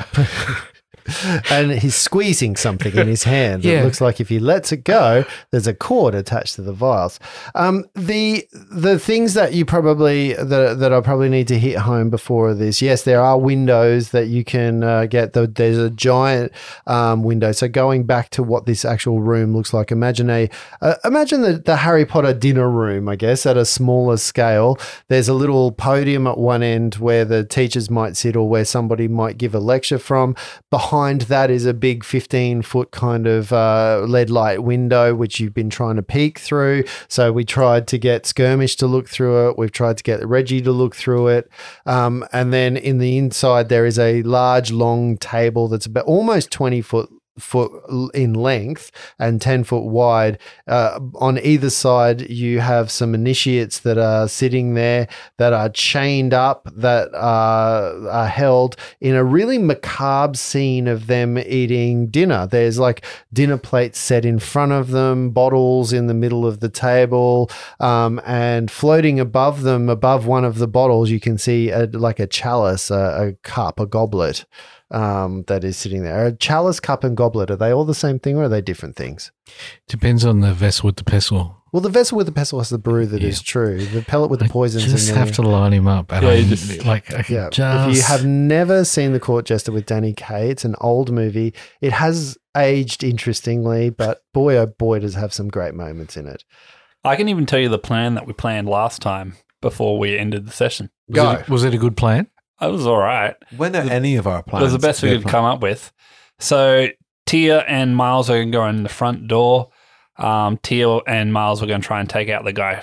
and he's squeezing something in his hand. It Yeah. looks like if he lets it go, there's a cord attached to the vials. Um, the the things that you probably that that I probably need to hit home before this. Yes, there are windows that you can uh, get. The, there's a giant um, window. So going back to what this actual room looks like, imagine a uh, imagine the, the Harry Potter dinner room. I guess at a smaller scale, there's a little podium at one end where the teachers might sit or where somebody might give a lecture from. Behind that is a big 15 foot kind of uh, lead light window, which you've been trying to peek through. So we tried to get Skirmish to look through it. We've tried to get Reggie to look through it. Um, and then in the inside, there is a large, long table that's about almost 20 foot. Foot l- in length and 10 foot wide. Uh, on either side, you have some initiates that are sitting there that are chained up, that are, are held in a really macabre scene of them eating dinner. There's like dinner plates set in front of them, bottles in the middle of the table, um, and floating above them, above one of the bottles, you can see a, like a chalice, a, a cup, a goblet um, that is sitting there. A chalice, cup, and goblet, are they all the same thing or are they different things? Depends on the vessel with the pestle. Well, the vessel with the pestle has the brew that is Yeah. true. The pellet with the poisons. I just in there. have to line him up. And Yeah, yeah, you just- like, I Yeah. just, If you have never seen The Court Jester with Danny Kaye, it's an old movie. It has aged interestingly, but boy, oh boy, does it have some great moments in it. I can even tell you the plan that we planned last time before we ended the session. was, It, was it a good plan? It was all right. when are any of our plans? It was the best we could come up with. So Tia and Miles are going to go in the front door. Um, Tia and Miles were going to try and take out the guy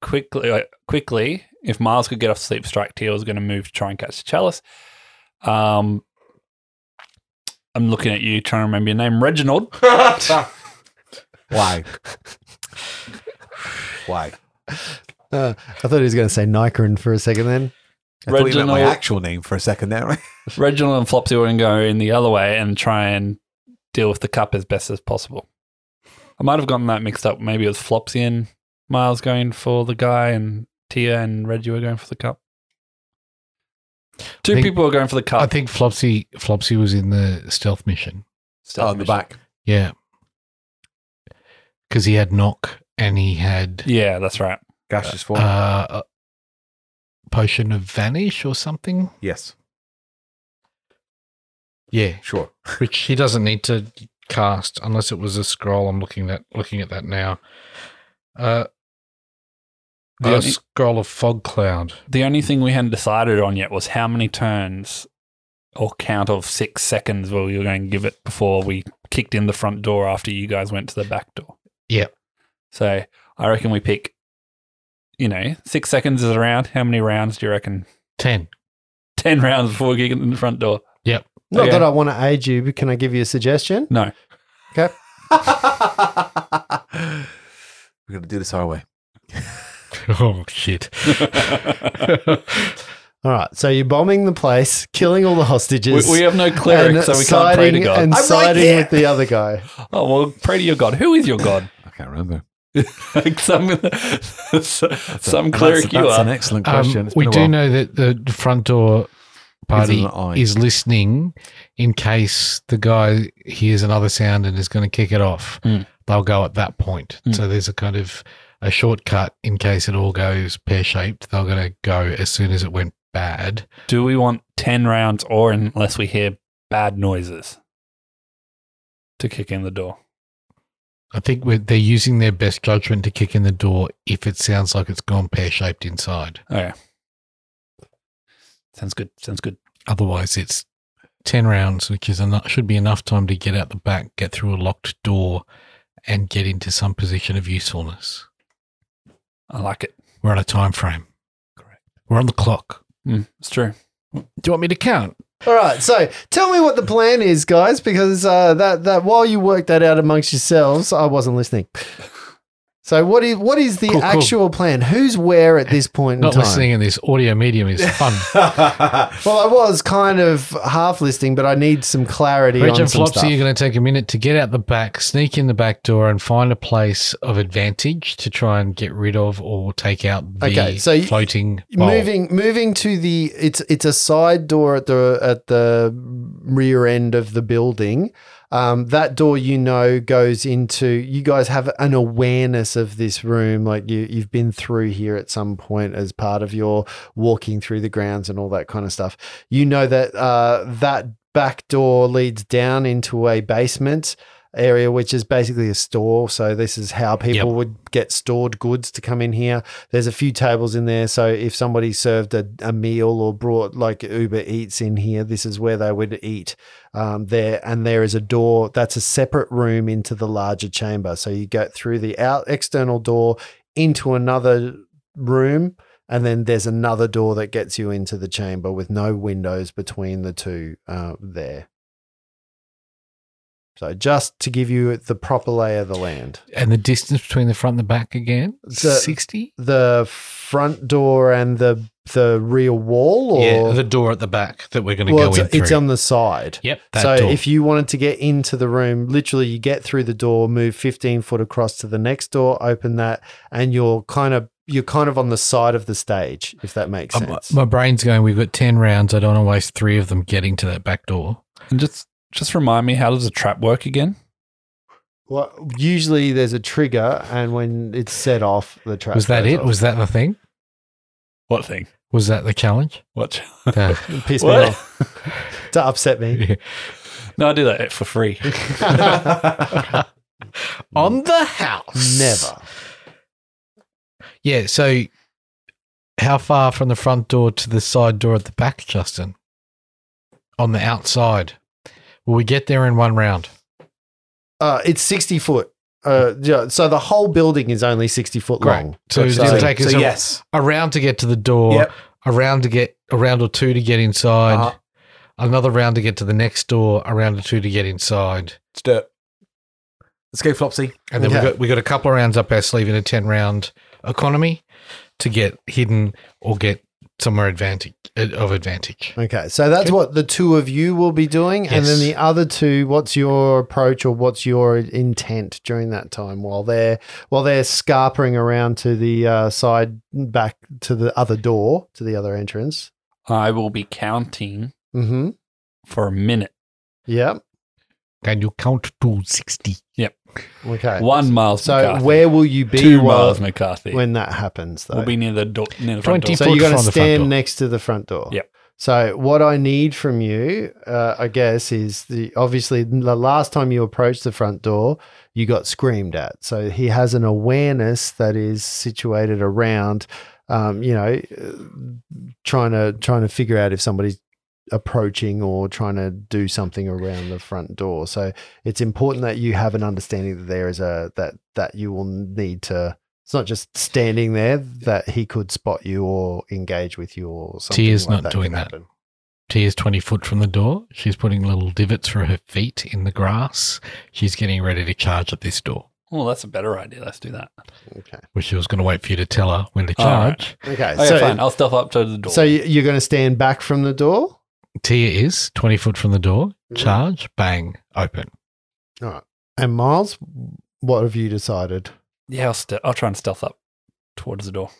quickly. uh, quickly, if Miles could get off sleep strike, Tia was going to move to try and catch the chalice. Um, I'm looking at you, trying to remember your name, Reginald. Why? Why? Uh, I thought he was going to say Nikon for a second then. I thought you meant my Reginald. actual name for a second there. Right? Reginald and Flopsy were going to go in the other way and try and deal with the cup as best as possible. I might have gotten that mixed up. Maybe it was Flopsy and Miles going for the guy, and Tia and Reggie were going for the cup. Two I think- people were going for the cup. I think Flopsy Flopsy was in the stealth mission. Stealth Oh, in the mission. back. Yeah. Because he had knock and he had Yeah, that's right. Gaseous form. uh, a potion of vanish or something. yes. Yeah, Sure. which he doesn't need to cast unless it was a scroll. I'm looking at looking at that now. Uh, The a only- scroll of fog cloud. The only thing we hadn't decided on yet was how many turns or count of six seconds we were going to give it before we kicked in the front door after you guys went to the back door. Yeah. So I reckon we pick, you know, six seconds is a round. How many rounds do you reckon? Ten. 10 rounds before we kick in the front door. Not Okay. that I want to aid you, but can I give you a suggestion? No. We're going to do this our way. oh shit. All right. So you're bombing the place, killing all the We, hostages. we have no cleric, so we can't pray to siding- God. And I'm right siding here. with the other guy. oh, well, pray to your God. Who is your God? I can't remember. like some some That's- cleric you that's are. an excellent Um, question. It's we been a do while. know that the front door party an eye. is listening in case the guy hears another sound and is going to kick it off. Hmm. Mm. They'll go at that point. Mm. So there's a kind of a shortcut in case it all goes pear shaped. They're going to go as soon as it went bad. Do we want ten rounds or unless we hear bad noises to kick in the door? I think we're, they're using their best judgment to kick in the door if it sounds like it's gone pear shaped inside. Okay. Sounds good. Sounds good. Otherwise, it's 10 rounds, which is enough, should be enough time to get out the back, get through a locked door, and get into some position of usefulness. I like it. We're on a time frame. Correct. We're on the clock. Mm, it's true. Do you want me to count? All right, so tell me what the plan is, guys, because uh, that that while you worked that out amongst yourselves, I wasn't listening. So what is what is the Cool, cool. actual plan? Who's where at this point in Not time? listening in this audio medium is fun. Well, I was kind of half listening, but I need some clarity Rich on and some Flopsy, stuff. you're going to take a minute to get out the back, sneak in the back door, and find a place of advantage to try and get rid of or take out the Okay, so you- floating bowl. Moving, moving to the it's it's a side door at the at the rear end of the building. Um, that door, you know, goes into. You guys have an awareness of this room, like you you've been through here at some point as part of your walking through the grounds and all that kind of stuff. You know that uh, that back door leads down into a basement area, which is basically a store. So this is how people would get stored goods to come in here. There's a few tables in there, so if somebody served a, a meal or brought like Uber Eats in here, this is where they would eat. Um, there and there is a door that's a separate room into the larger chamber. So you go through the out external door into another room. And then there's another door that gets you into the chamber with no windows between the two uh, there. So just to give you the proper lay of the land, And the distance between the front and the back again? So- 60? the front door and the the rear wall, or yeah, the door at the back that we're going to well, go in it's, it's through. on the side. yep, that so door. if you wanted to get into the room, literally you get through the door, move 15 foot across to the next door, open that, and you're kind of you're kind of on the side of the stage, if that makes Uh, my- sense. my brain's going, we've got 10 rounds. I don't want to waste three of them getting to that back door. And just just remind me, how does the trap work again? well, usually there's a trigger, and when it's set off, the trap. Was that goes it? off. Was that the thing? What thing? Was that the challenge? What? No. piss me What? off to upset me? no, I do that for free. on the house. Never. Yeah. So, how far from the front door to the side door at the back, Justin? On the outside. Will we get there in one round? Uh, it's 60 foot. Uh, yeah, so the whole building is only 60 foot Great. long. So it's going to take us so a, yes, a round to get to the door, Yep. a round to get a round or two to get inside, Uh-huh. another round to get to the next door, a round or two to get inside. let's do it. Let's go, Flopsy. And then Okay. we got we got a couple of rounds up our sleeve in a ten round economy to get hidden or get somewhere advantage of advantage. Okay, so that's what the two of you will be doing, and then Yes. the other two. What's your approach or what's your intent during that time while they're while they're scarpering around to the uh, side back to the other door to the other entrance? I will be counting Mm-hmm. for a minute. Yep. Can you count to sixty? Okay. One miles. So McCarthy. where will you be Two while- miles McCarthy. when that happens? Though we'll be near the door. Near the front 20 door. So foot you're going to from the front door. stand next to the front door. Yep. So what I need from you, uh, I guess, is the obviously the last time you approached the front door, you got screamed at. So he has an awareness that is situated around, um, you know, uh, trying to trying to figure out if somebody's approaching or trying to do something around the front door. So it's important that you have an understanding that there is a that that you will need to. It's not just standing there that he could spot you or engage with you or something. Tia's like not that doing could that. happen. T is twenty foot from the door. She's putting little divots for her feet in the grass. She's getting ready to charge at this door. Well, Oh, that's a better idea. Let's do that. Okay. Which she was going to wait for you to tell her when to All right. charge. Okay. Okay, so Oh, fine. I'll step up to the door. so you- you're going to stand back from the door. Tia is twenty foot from the door. Mhm. Charge, bang, open. And Miles, what have you decided? Yeah, I'll, ste- I'll try and stealth up towards the door.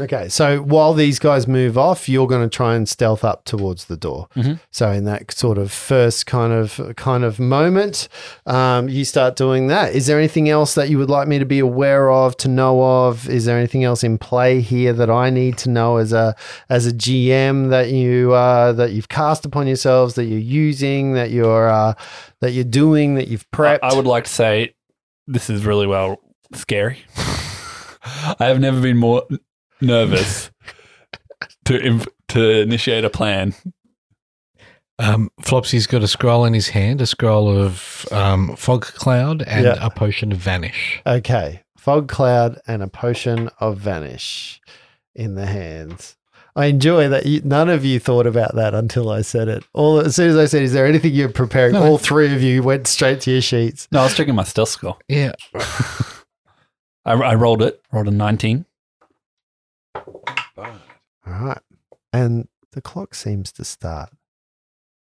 Okay, so while these guys move off, you're going to try and stealth up towards the door. Mhm. So in that sort of first kind of kind of moment, um, you start doing that. Is there anything else that you would like me to be aware of, to know of? Is there anything else in play here that I need to know as a as a GM that you uh, that you've cast upon yourselves, that you're using, that you're uh, that you're doing, that you've I- prepped? I would like to say this is really well scary. I have never been more n- nervous to inv- to initiate a plan. Um, Flopsy's got a scroll in his hand, a scroll of um, fog cloud and Yeah. a potion of vanish. Okay. Fog cloud and a potion of vanish in the hands. I enjoy that you, none of you thought about that until I said it. All as soon as I said, "Is there anything you're preparing?" No. All three of you went straight to your sheets. No, I was checking my stealth score. Yeah, I, I rolled it, rolled a 19. All right, and the clock seems to start.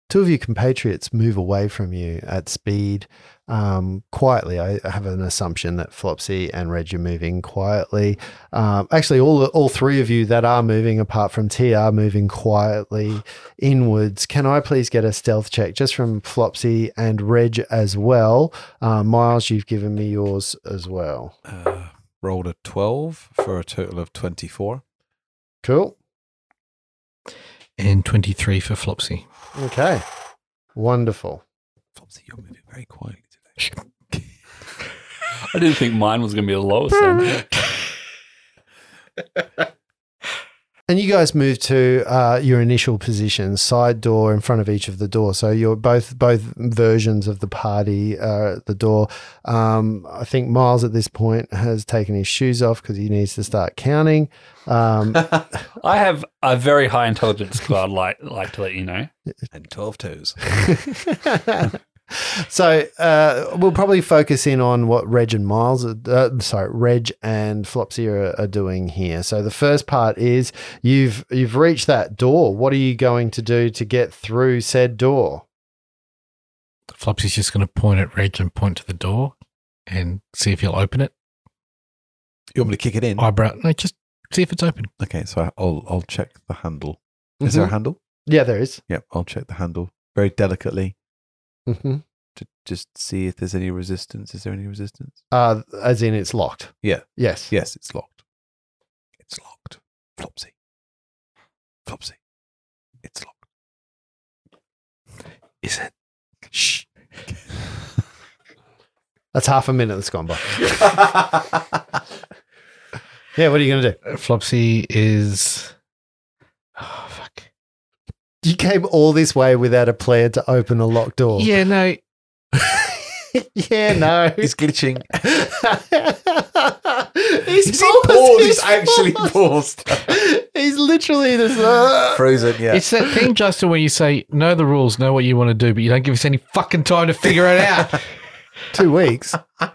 Two of your compatriots move away from you at speed, um, quietly. I I have an assumption that Flopsy and Reg are moving quietly. Um, actually, all all three of you that are moving, apart from T, are moving quietly inwards. Can I please get a stealth check just from Flopsy and Reg as well? Uh, Miles, you've given me yours as well. Uh, rolled a 12 for a total of 24. Cool. and twenty three for Flopsy. Okay. Wonderful. Flopsy, you're moving very quietly today. I didn't think mine was going to be the lowest. Then. And you guys move to uh, your initial position, side door in front of each of the door. So you're both both versions of the party are at the door. Um, I think Miles at this point has taken his shoes off because he needs to start counting. Um, I have a very high intelligence score, I'd like, like to let you know. And 12 toes. so uh, we'll probably focus in on what Reg and Miles, are, uh, sorry, Reg and Flopsy are, are doing here. So the first part is you've you've reached that door. What are you going to do to get through said door? Flopsy's just going to point at Reg and point to the door and see if he'll open it. You want me to kick it Mm. in? Eyebrow, no, just see if it's open. Okay, so I'll, I'll check the handle. Is there a Mhm. handle? Yeah, there is. Yep, I'll check the handle very delicately Mm-hmm. to just see if there's any resistance. Is there any resistance? Uh, as in, it's locked. Yeah. Yes. Yes, it's locked. It's locked. Flopsy. Flopsy. It's locked. Is it? Shh. That's half a minute that's gone by. yeah. What are you going to do? Flopsy is. Oh fuck. You came all this way without a player to open a locked door. Yeah, no. yeah. No. It's glitching. he's He's paused, paused, he's he's actually he's literally just. Uh, Frozen, yeah. It's that thing, Justin, where you say, know the rules, know what you want to do, but you don't give us any fucking time to figure it out. two weeks. I'm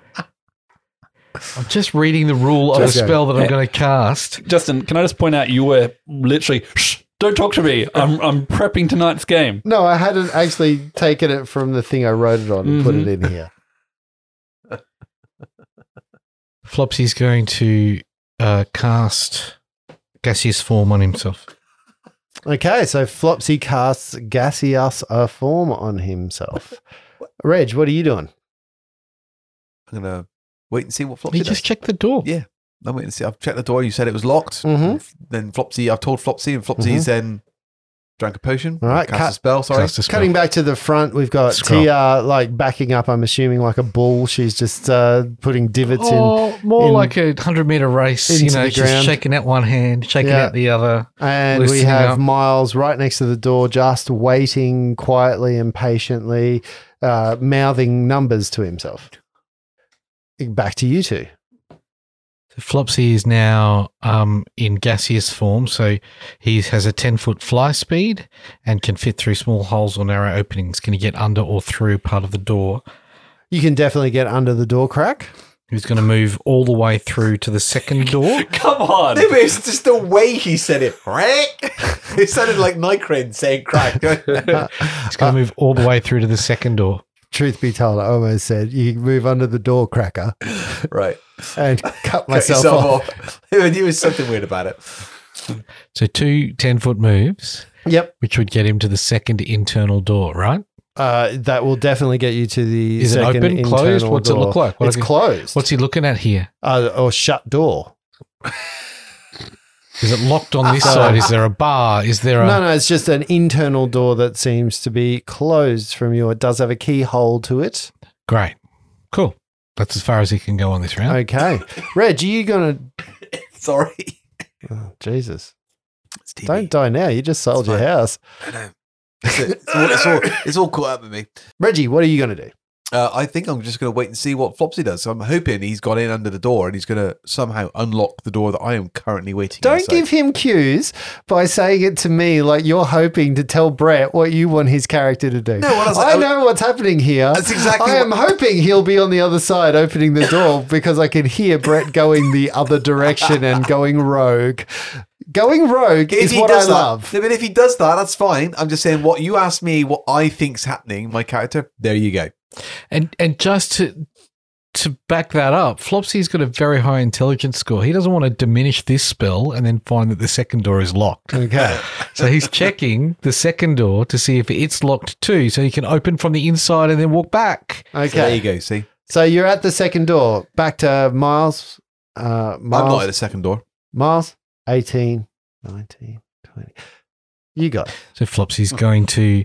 just reading the rule of a Just go. spell that I'm going to cast. Justin, can I just point out you were literally, shh, don't talk to me. I'm, I'm prepping tonight's game. No, I hadn't actually taken it from the thing I wrote it on and put it Mm-hmm. in here. Flopsy's going to uh, cast gaseous form on himself. Okay, so Flopsy casts gaseous a form on himself. Reg, what are you doing? I'm going to wait and see what Flopsy He does. just checked the door. Yeah. I'm waiting to see. I've checked the door. You said it was locked. Mhm. Then Flopsy, I've told Flopsy, and Flopsy's then drank a potion. Mm-hmm. All right, cast cut- a spell. Sorry. Cast a spell. Cutting back to the front, we've got Scroll. TR like backing up, I'm assuming, like a bull. She's just uh, putting divots in. or Oh, more in- like a 100 meter race, you into know, the just ground. shaking out one hand, shaking Yeah. out the other. And we loosening have up. Miles right next to the door, just waiting quietly and patiently, uh, mouthing numbers to himself. Back to you two. So Flopsy is now um, in gaseous form, so he has a 10 foot fly speed and can fit through small holes or narrow openings. Can he get under or through part of the door? You can definitely get under the door crack. Who's going to move all the way through to the second door? Come on. No, but it's just the way he said it. Right? it sounded like Nycrin saying crack. He's going to move all the way through to the second door. truth be told, I almost said you move under the door cracker Right. and cut Cut myself yourself off. off. there was something weird about it. So two 10 foot moves, Yep, which would get him to the second internal door, right? uh, that will definitely get you to the. Is it second open, closed? internal What's it door. look like? What it's have you- closed. What's he looking at here? uh, or shut door? Is it locked on this side? Is there a bar? Is there a. Uh, No, no, it's just an internal door that seems to be closed from your. It does have a keyhole to it. Great. Cool. That's as far as he can go on this round. Okay, Reg, are you gonna? Sorry. Oh, Jesus, It's TV. don't die now. You just sold It's your fine. house, I know. It's, it's all, it's, all, it's all caught up with me. Reggie. What are you gonna do? Uh, I think I'm just going to wait and see what Flopsy does. So I'm hoping he's gone in under the door and he's going to somehow unlock the door that I am currently waiting. Don't outside. give him cues by saying it to me like you're hoping to tell Brett what you want his character to do. No, what I was- I know what's happening here. That's exactly I am what- hoping he'll be on the other side opening the door because I can hear Brett going the other direction and going rogue. Going rogue is what I that, love. No, but if he does that, that's fine. I'm just saying what you asked me, what I think's happening, my character. There you go. And and just to to back that up, Flopsy's got a very high intelligence score. He doesn't want to diminish this spell and then find that the second door is locked. Okay. So he's checking the second door to see if it's locked too, so he can open from the inside and then walk back. So there you Okay. go. See, So you're at the second door. Back to Miles. Uh, Miles. I'm not at the second door. Miles, 18, 19, 20. You got it. So Flopsy's going to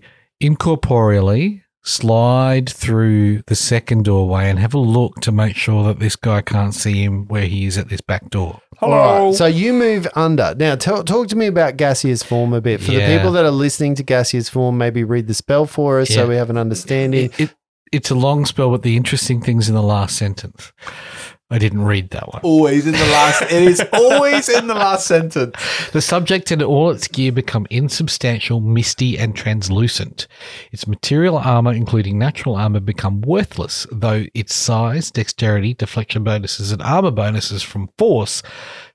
incorporeally slide through the second doorway and have a look to make sure that this guy can't see him where he is at this back door. Hello. So you move under. Now, tell talk to me about Gaseous form a bit. For the Yeah. people that are listening to Gaseous form, maybe read the spell for us so Yeah. we have an understanding. It, it, it's a long spell, but the interesting thing's in the last sentence. I didn't read that one. Always in the last. it is always in the last sentence. The subject and all its gear become insubstantial, misty, and translucent. Its material armor, including natural armor, become worthless, though its size, dexterity, deflection bonuses, and armor bonuses from force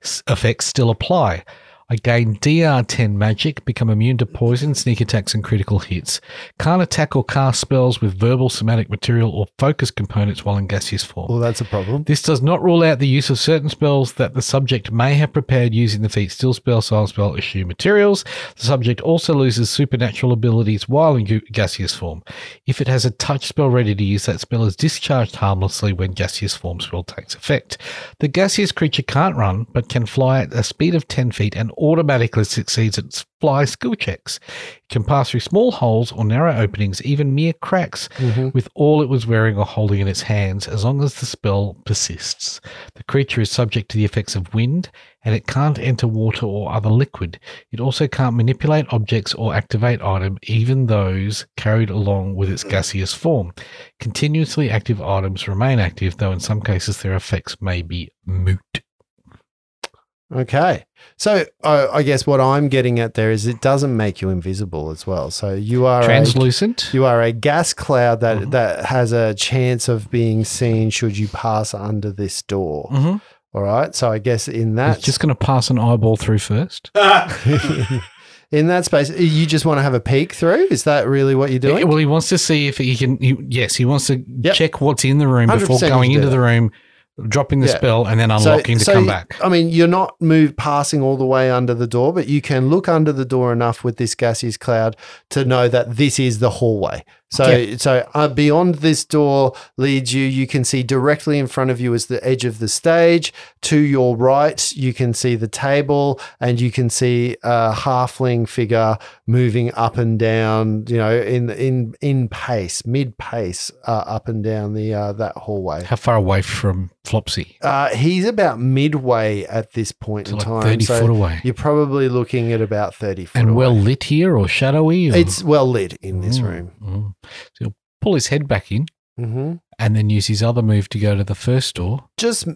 s- effects still apply. I gain DR10 magic, become immune to poison, sneak attacks, and critical hits. Can't attack or cast spells with verbal, somatic material, or focus components while in gaseous form. Well, that's a problem. This does not rule out the use of certain spells that the subject may have prepared using the feat Still Spell, Silent Spell, Issue Materials. The subject also loses supernatural abilities while in gu- gaseous form. If it has a touch spell ready to use, that spell is discharged harmlessly when gaseous form spell takes effect. The gaseous creature can't run, but can fly at a speed of 10 feet and automatically succeeds its fly skill checks. It can pass through small holes or narrow openings, even mere cracks, with all it was wearing or holding in its hands, as long as the spell persists. The creature is subject to the effects of wind, and it can't enter water or other liquid. It also can't manipulate objects or activate item, even those carried along with its gaseous form. Continuously active items remain active, though in some cases their effects may be moot. Okay. So uh, I guess what I'm getting at there is it doesn't make you invisible as well. So you are a, Translucent. Mm-hmm. you are a gas cloud that that has a chance of being seen should you pass under this door. Mhm. All right. So I guess in that It's just going to pass an eyeball through first. in that space, you just want to have a peek through. Is that really what you're doing? Yeah, well, he wants to see if he can. He, yes, he wants to Yep. check what's in the room 100% before you going do into that. the room, dropping the Yeah. spell, and then unlocking to come back. I mean, you're not move passing all the way under the door, but you can look under the door enough with this gaseous cloud to know that this is the hallway. So, so uh, beyond this door leads you. You can see directly in front of you is the edge of the stage. To your right, you can see the table, and you can see a halfling figure moving up and down. You know, in in in pace, mid pace, uh, up and down the uh, that hallway. How far away from Flopsy? Uh, he's about midway at this point To in like time. thirty so foot away, You're probably looking at about 30 foot and away. well lit here or shadowy. Or, It's well lit in this Mm, room. mm. So he'll pull his head back in, hmm and then use his other move to go to the first door. Just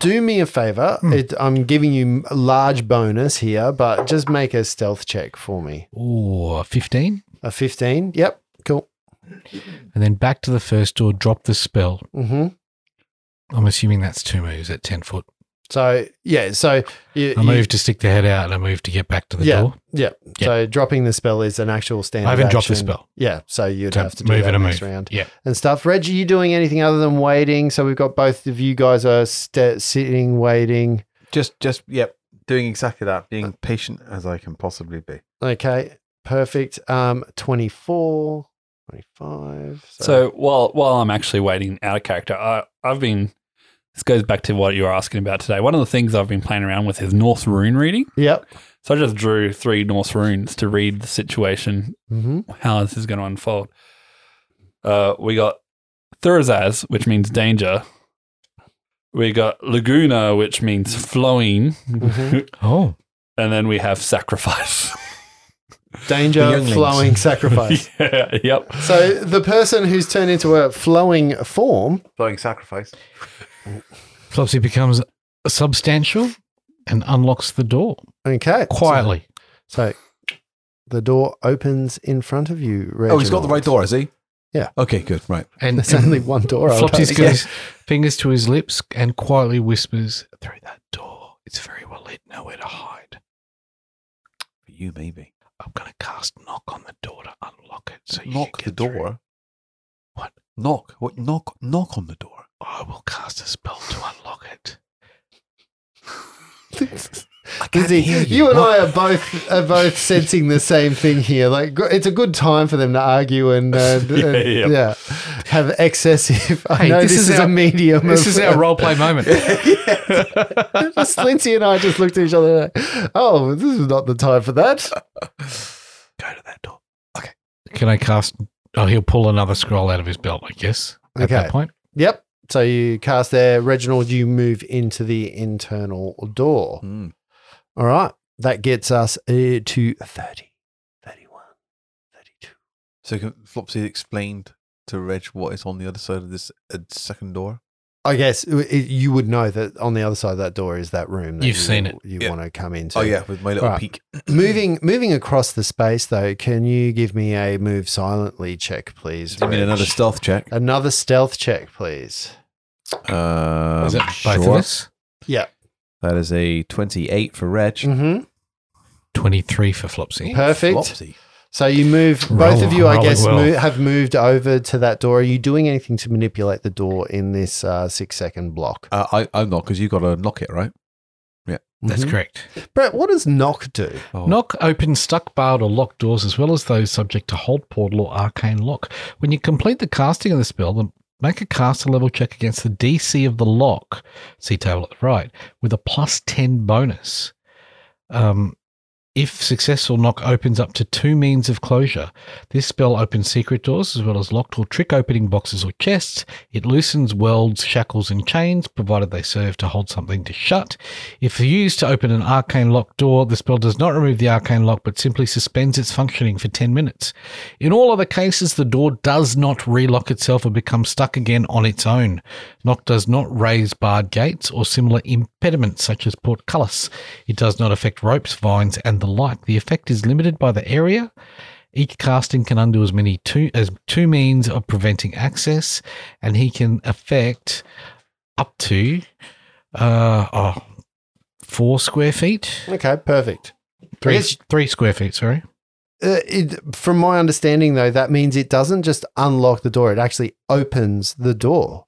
do me a favor. Mm. It, I'm giving you a large bonus here, but just make a stealth check for me. Ooh, fifteen, A 15. Yep. Cool. and then back to the first door. Drop the spell. hmm I'm assuming that's two moves at ten foot. So yeah, so you, I you- move to stick the head out and I move to get back to the Yeah. door. yeah. Yeah. So dropping the spell is an actual standard. I haven't dropped the action. spell. Yeah, so you'd So have to do move that and a next move. round. Yeah. and stuff. Reggie, you doing anything other than waiting? So we've got both of you guys are sta sitting waiting. Just, just, yep, doing exactly that, being patient as I can possibly be. Okay, perfect. Um, 24, 25. So while while I'm actually waiting out of character, I, I've been. This goes back to what you were asking about today. One of the things I've been playing around with is Norse rune reading. yep. So I just drew three Norse runes to read the situation, Mm-hmm. how this is going to unfold. Uh, we got Thurzaz, which means danger. We got Laguna, which means flowing, Mhm. Oh, and then we have sacrifice. The Danger, younglings. flowing sacrifice. yeah, yep. So the person who's turned into a flowing form. Flowing sacrifice. Flopsy becomes substantial and unlocks the door Okay, quietly. So, so the door opens in front of you. Reginald. Oh, he's got the right door, has he? Yeah. Okay, good. Right. And, There's only one door. open. Flopsy's got his fingers to his lips and quietly whispers through that door. It's very well lit. Nowhere to hide. For you, maybe. I'm going to cast knock on the door to unlock it. So you can Knock the get through. door. What? Knock. What? Knock. Knock on the door. I will cast a spell to unlock it. I can't Lizzie, hear you. you and I are both are both sensing the same thing here. Like gr- it's a good time for them to argue and, uh, d- Yeah, and, yeah. yeah, have excessive. I Hey, know this, this is, is our- a medium. This of- is our role play moment. just Lindsay and I just looked at each other. Like, oh, this is not the time for that. Go to that door. Can I cast? Oh, he'll pull another scroll out of his belt, I guess. At Okay. that point, Yep. So you cast there, Reginald. You move into the internal door. Mm. All right. That gets us uh, to 30, 31, 32. So can Flopsy explained to Reg what is on the other side of this uh, second door? I guess i- i you would know that on the other side of that door is that room. That You've you, seen it. You Yeah. want to come into. Oh yeah, with my little Right. peek. Moving moving across the space though, can you give me a move silently check, please? Give me Reg? another stealth check. Another stealth check, please. Um, is it both of sure. us? That is a twenty-eight for Reg. Mm, hmm Twenty-three for Flopsy. Perfect. Flopsy. So you move. both Roll- of you, I rolling guess, well. mo- have moved over to that door. Are you doing anything to manipulate the door in this uh, six second block? Uh, I, I'm not because you got to knock it, right? That's Mhm. correct. Brett, what does knock do? Oh. Knock, open, stuck, barred, or locked doors, as well as those subject to hold portal or arcane lock. When you complete the casting of the spell, then make a caster level check against the DC of the lock, see table at the right, with a plus 10 bonus. Um, if successful, knock opens up to two means of closure. This spell opens secret doors as well as locked or trick opening boxes or chests. It loosens welds, shackles, and chains, provided they serve to hold something to shut. If used to open an arcane lock door, the spell does not remove the arcane lock but simply suspends its functioning for 10 minutes. In all other cases, the door does not relock itself or become stuck again on its own. Knock does not raise barred gates or similar impediments such as portcullis. It does not affect ropes, vines, and the like. The effect is limited by the area. Each casting can undo as many two as two means of preventing access, and he can affect up to uh oh four square feet. Okay, perfect. Three guess- three square feet, sorry. Uh, it, from my understanding, though, that means it doesn't just unlock the door; it actually opens the door.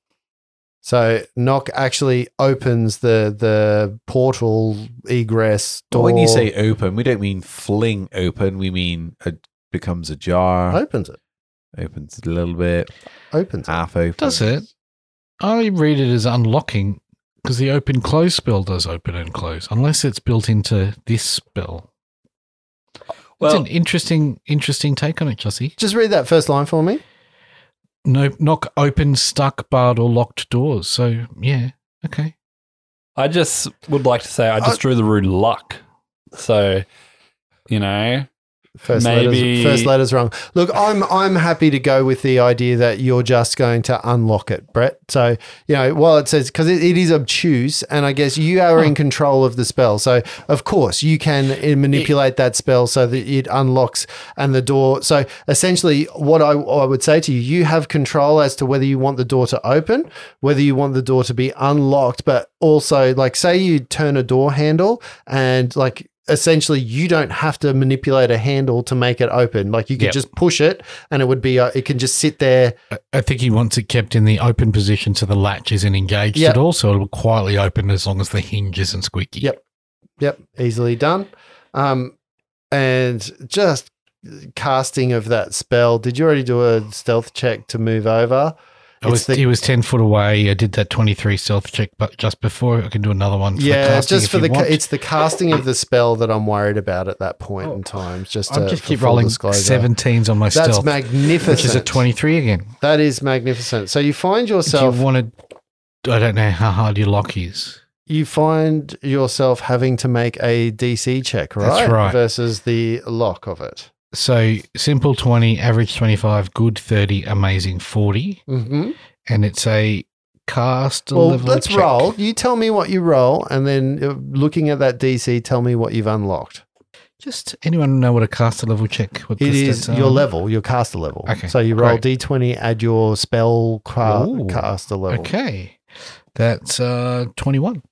So knock actually opens the the portal egress But door. when you say open, we don't mean fling open. We mean it becomes ajar, opens it, opens a little bit, opens. It. half open. Does it? I read it as unlocking because the open close spell does open and close, unless it's built into this spell. Well- it's an interesting interesting take on it, Jussie. Just read that first line for me. No knock open, stuck, barred, or locked doors. So yeah. Okay. I Uh, just would like to say I just drew the rune luck. So, you know, First letters, Maybe- first letters wrong. Look, I'm I'm happy to go with the idea that you're just going to unlock it, Brett. So you know, while it says because it, it is obtuse, and I guess you are in control of the spell. So of course you can uh, manipulate that spell so that it unlocks and the door. So essentially, what I I would say to you, you have control as to whether you want the door to open, whether you want the door to be unlocked, but also like say you turn a door handle and like essentially you don't have to manipulate a handle to make it open like you could Yep. just push it and it would be uh, it can just sit there I- I think he wants it kept in the open position so the latch isn't engaged Yep. at all, so it'll quietly open as long as the hinge isn't squeaky. Yep. Yep, easily done. Um, and just casting of that spell. Did you already do a stealth check to move over? I was, It's the- he was 10 foot away. I did that 23 stealth check, but just before I can do another one. For the yeah, casting just if for you the ca- want. it's the casting of the spell that I'm worried about at that point in time. Just I'll to- Oh, just for keep full rolling disclosure. 17s on my That's stealth, magnificent. which is a 23 again. That is magnificent. So you find So yourself you wanted, I don't know how hard your lock is. you find yourself having to make a DC check, right? That's right. Versus the lock of it. So simple 20, average 25, good 30, amazing 40. Mm-hmm. And it's a cast well, level let's check. roll. You tell me what you roll, and then uh, looking at that DC, tell me what you've unlocked. Just anyone know what a caster level check? What It the is stats your are? level, your caster level. um, Okay, So you roll great. D20, add your spell cra- Ooh, caster level. Okay, that's uh, twenty-one.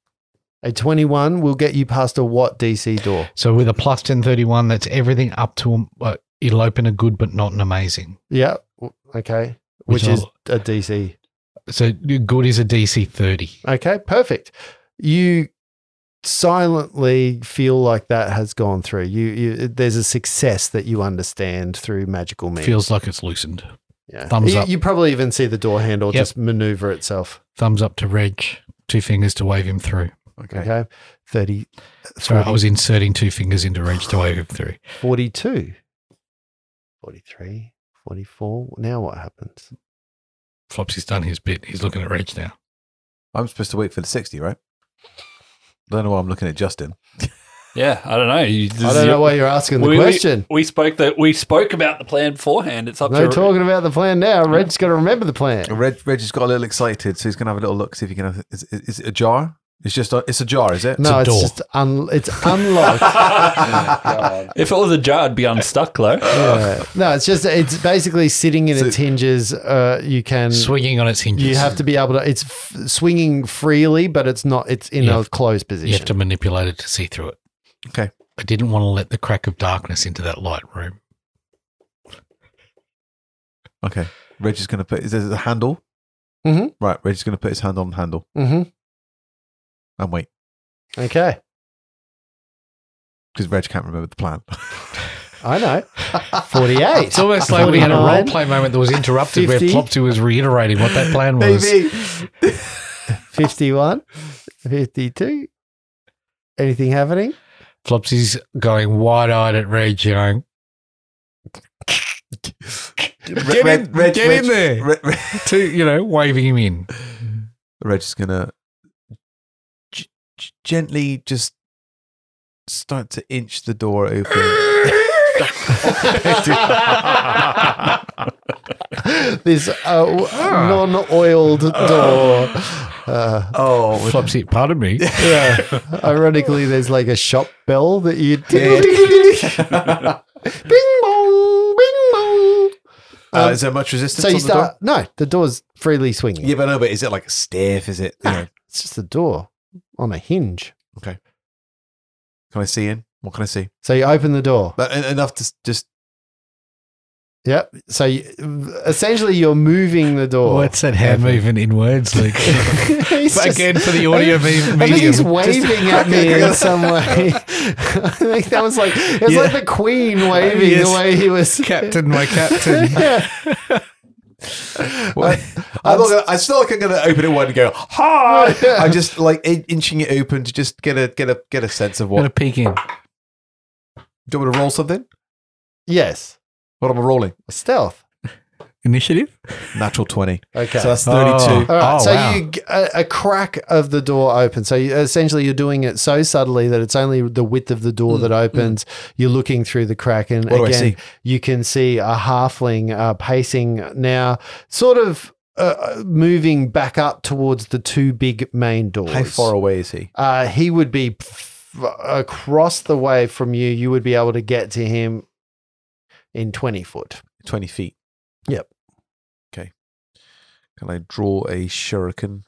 A 21 will get you past a what DC door? So with a plus ten thirty-one, that's everything up to uh, it'll open a good but not an amazing. Yeah. w- Okay. Which, Which is I'll- a DC. So good is a DC thirty. Okay. Perfect. You silently feel like that has gone through. You, you there's a success that you understand through magical means. Feels like it's loosened. Yeah. Thumbs you, up. you probably even see the door handle Yep. just maneuver itself. Thumbs up to Reg. Two fingers to wave him through. Okay. Okay. 30, Sorry, 40, I was inserting two fingers into Reg to wave him through. 42, 43, 44. Now what happens? Flopsy's done his bit. He's looking at Reg now. I'm supposed to wait for the 60, right? Don't know why I'm looking at Justin. Yeah, I don't know. You, I don't know why you're asking the we- question. We spoke that we spoke about the plan beforehand. It's up No to talking about the plan now. Red's got to remember the plan. Reg, Reg has got a little excited, so he's going to have a little look, see if he can. Have, is, is, is it a jar? It's just a, it's a jar, is it? No, a it's, door. just un- it's unlocked. if it was a jar, I'd be unstuck though. Yeah. No, it's just it's basically sitting in its hinges. Uh, you can Swinging on its hinges. you have to be able to. It's f- swinging freely, but it's not. It's in You a have- closed You have position. to manipulate it to see through it. Okay. I didn't want to let the crack of darkness into that light room. Okay. Reg is going to put. Is there a handle? Mhm. Right. Reg is going to put his hand on the handle mm-hmm. and wait Okay, because Reg can't remember the plan. I know. Forty-eight. It's almost like we had a role 49. play moment that was interrupted where 50. Flopsy was reiterating what that plan was. 51, 52. Anything happening? Flopsy's going wide eyed at Reg, going, Get in- get in there. Reg, Reg, to, you know, waving him in. Reg is going to g- g- gently just start to inch the door open. This uh, Ah. non oiled door. Uh, oh, Flopsy, pardon me. yeah. Ironically, there's like a shop bell that you. bing bong, bing bong. uh, Um, is there much resistance? so on you the start. No, the door's freely swinging. Door? Yeah, but no. But is it like stiff? Is it? You know, It's just a door on a hinge. can I see in? What can I see? So you open the door. But en- enough to s- just Yep. So you, essentially, you're moving the door. What's that hand movement in words, Luke? He's But just- again, for the audio me- I think he's medium. waving at me in some way. I think that was like it was like the Queen waving Yes. the way he was. Captain, my captain. yeah. Well, I'm not gonna, I feel like I'm going to open it wide and go hi. Yeah. I'm just like in- inching it open to just get a get a get a sense of Gonna what. peek in. Do you want me to roll something? Yes. What am I rolling? Stealth. initiative? Natural 20. Okay. Uh, So that's 32. All right, Oh, so wow. you a, a crack of the door opens. So you, essentially, you're doing it so subtly that it's only the width of the door that opens. You're looking through the crack, and Mm, What do I again, see? you can see a halfling uh, pacing now, sort of uh, moving back up towards the two big main doors. How far away is he? Uh, he would be f- across the way from you. You would be able to get to him in twenty foot. 20 feet. Yep. Okay. Can I draw a shuriken?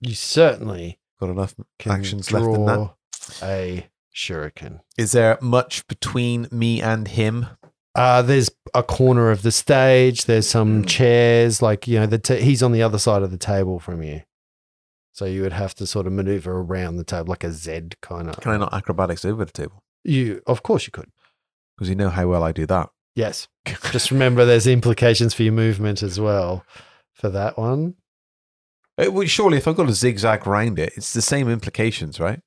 You certainly Got enough can actions draw left in that. a shuriken. Is there much between me and him? Uh, there's a corner of the stage. There's Hmm. some chairs. Like you know, the ta he's on the other side of the table from you, so you would have to sort of maneuver around the table like a Z kind of. Can I not acrobatics over the table? You, of course, you could. Because you know how well I do that. Yes. Just remember, there's implications for your movement as well. For that one, It would- Uh, surely, if I've got a zigzag round it, it's the same implications, right?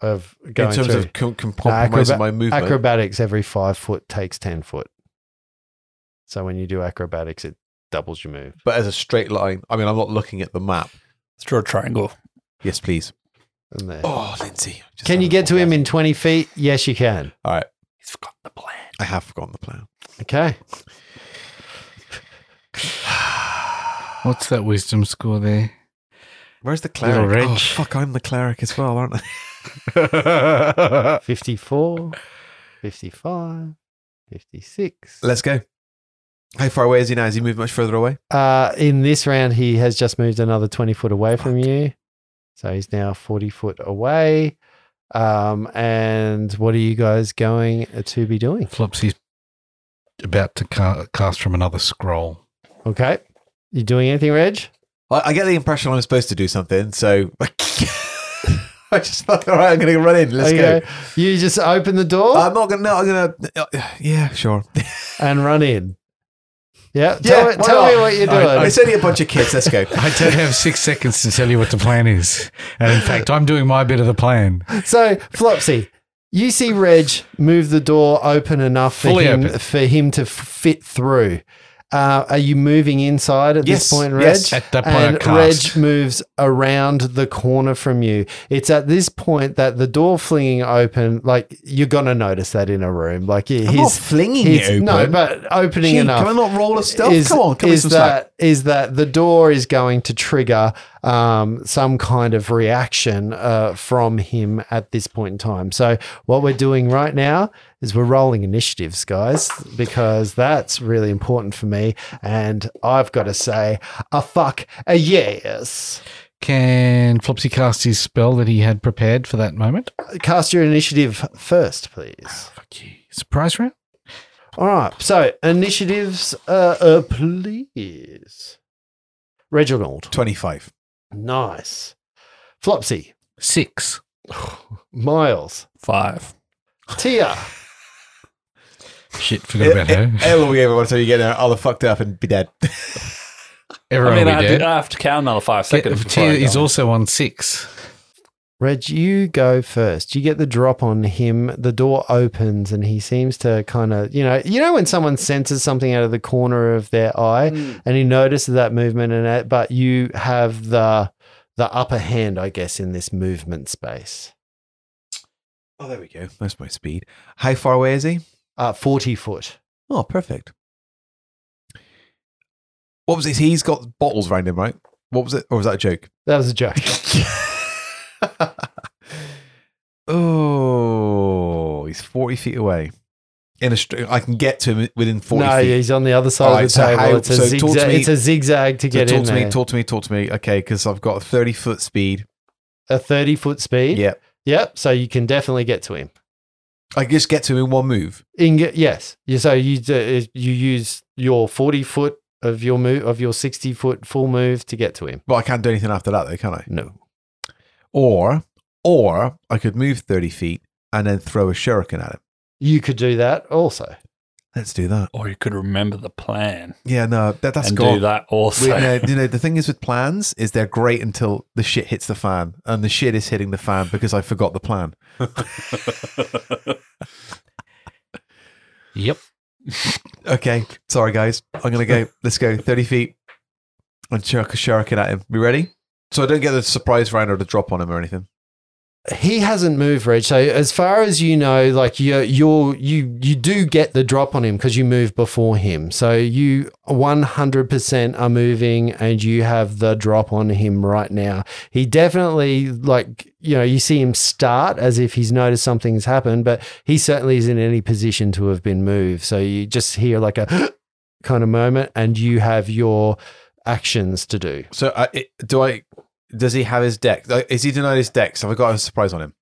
of going In terms through of com- com- compromising acrobat- my movement. acrobatics, every five foot takes ten foot. So when you do acrobatics, it doubles your move. but as a straight line, I mean, I'm not looking at the map. Let's draw a triangle. Yes, please. And there. Oh, Lindsay. just can you had a get to him thought. in twenty feet? Yes, you can. All right. He's forgotten the plan. I have forgotten the plan. Okay. What's that wisdom score there? Where's the Little cleric? Oh, wretch. fuck, I'm the cleric as well, aren't I? 54, 55, 56. Let's go. How far away is he now? Has he moved much further away? Uh, in this round, he has just moved another 20 foot away from you. So he's now 40 foot away. Um, and what are you guys going to be doing? Flopsy's about to ca- cast from another scroll. Okay. You doing anything, Reg? I, I get the impression I'm supposed to do something, so I just thought, all right, I'm going to run in. Let's Are you go. Um, go- You just open the door I'm not going to. No, I'm going to. Yeah, sure. and run in. Yeah. Tell, Yeah, me, why tell me not? what you're doing. It's only a bunch of kids. Let's go. I don't have six seconds to tell you what the plan is. And in fact, I'm doing my bit of the plan. So Flopsy, you see Reg move the door open enough for Fully him open. for him to fit through. Uh, are you moving inside at this Yes, point, Reg? yes. At that point, I and cast. Reg moves around the corner from you. It's at this point that the door flinging open, like you're gonna notice that in a room, like he- I'm not he's flinging he's- it open. no, but opening Gee, enough Can I not roll a stealth? is- come on, come is some slack. that is that the door is going to trigger um, some kind of reaction uh, from him at this point in time. So what we're doing right now is we're rolling initiatives, guys, because that's really important for me. And I've got to say a fuck a yes. Can Flopsy cast his spell that he had prepared for that moment? Cast your initiative first, please. Surprise round? All right. So initiatives, uh, uh, please. Reginald, 25. nice. Flopsy. Six. Miles, Five. Tia, Shit, forgot about her. Hell, we everyone, so you get there, I'll have fucked up and be dead. Everyone I mean, will I have, be uh, dead. to, I have to count another five seconds. before Tia I is go. also on six. Reg, you go first. You get the drop on him. The door opens, and he seems to kind of, you know, you know when someone senses something out of the corner of their eye, Hmm. and he notices that movement, and that, but you have the the upper hand, I guess, in this movement space. Oh, there we go. That's my speed. How far away is he? Uh, Forty foot. Oh, perfect. What was it? He's got bottles around him, right? What was it? Or was that a joke? That was a joke. oh, he's 40 feet away. In a str- I can get to him within 40 no, feet. he's on the other side All right, of the so table. how- it's, a so talk to zigzag, me- it's a zigzag to So get talk in to there. me, talk to me, talk to me. Okay, because I've got a 30 foot speed. a thirty foot speed. Yeah. Yep. So you can definitely get to him. I can just get to him in one move. Inga, yes. You- So you do- you use your forty foot of your move of your sixty foot full move to get to him. But I can't do anything after that, though, can I? No. Or, or I could move 30 feet and then throw a shuriken at him. You could do that also. Let's do that. Or "Oh, you could remember the plan Yeah, no, that, that's and gone. do that also. We- no, you know, the thing is with plans is they're great until the shit hits the fan, and the shit is hitting the fan because I forgot the plan. Yep. Okay, sorry guys. I'm gonna go. Let's go. Thirty feet and chuck a shuriken at him. We ready? So I don't get the surprise round or the drop on him or anything. He hasn't moved, Reg. So as far as you know, like you, you're, you, you do get the drop on him because you move before him. So you 100% are moving, and you have the drop on him right now. He definitely, like you know, you see him start as if he's noticed something's happened, but he certainly isn't in any position to have been moved. So you just hear like a kind of moment, and you have your actions to do. So I, it, do I? Does he have his deck? Like, Is he denied his decks? Have I got a surprise on him?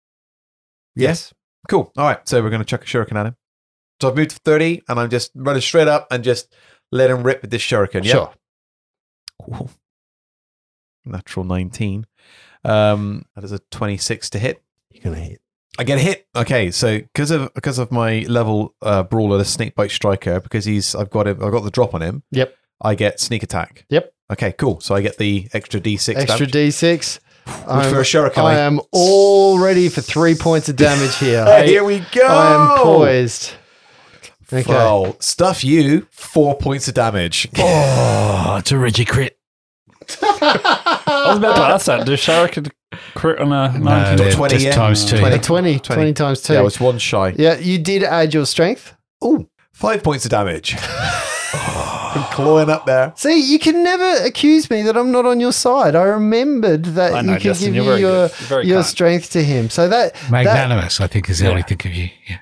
Yes. Cool. All right. So we're gonna chuck a shuriken at him. So I've moved to thirty, and I'm just running straight up and just let him rip with this shuriken. Yeah. Sure. Ooh. Natural 19. Um, that is a 26 to hit. You're gonna hit. I get a hit. Okay, so because of because of my level uh, brawler, the snake bite striker, because he's I've got him, I've got the drop on him. Yep. I get sneak attack. Yep. Okay, cool. So I get the extra d6 Extra damage. D6. which for a shuriken, I am all ready for three points of damage here. Ah, here we go. I am poised. Okay. Well, stuff you. Four points of damage. Oh, it's a Reggie crit. I was about to ask that. Does Shuriken crit on a 19? they're 20, just yeah. times two. 20. A 20, 20, 20. times 2. yeah, Yeah, I was one shy. you did add your strength. Ooh, five points of damage. I'm clawing up there. See, you can never accuse me that I'm not on your side. I remembered that I know, you can Justin, give you're very your, good. You're very your kind. strength to him. So that, that Magnanimous, I think, is how Yeah. we think of you. Yeah.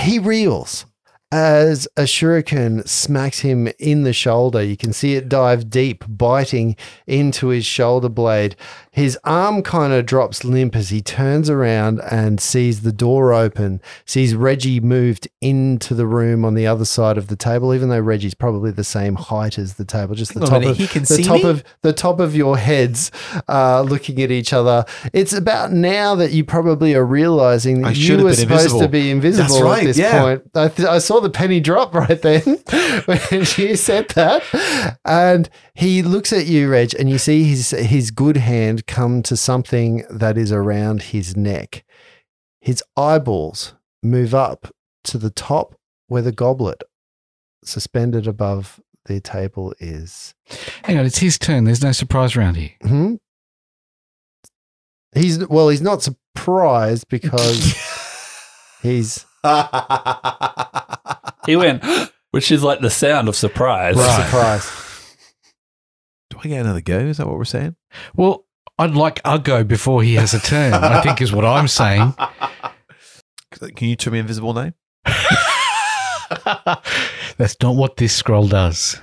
he reels as a shuriken smacks him in the shoulder. You can see it dive deep, biting into his shoulder blade. His arm kind of drops limp as he turns around and sees the door open, sees Reggie moved into the room on the other side of the table, even though Reggie's probably the same height as the table, just the Hang on a top minute, of he can the see top me? of the top of your heads uh, looking at each other. It's about now that you probably are realizing that I should you have were been supposed invisible. to be invisible That's at right, this yeah. point. I, th- I saw the penny drop right then when you said that, and he looks at you, Reg, and you see his his good hand come to something that is around his neck. His eyeballs move up to the top where the goblet suspended above the table is. Hang on, it's his turn. There's no surprise round here. Hmm? He's well, he's not surprised because he's He went, which is like the sound of surprise. surprised. Do I get another go? Is that what we're saying? Well, I'd like Ugo before he has a turn, I think is what I'm saying. Can you turn me invisible now? That's not what this scroll does.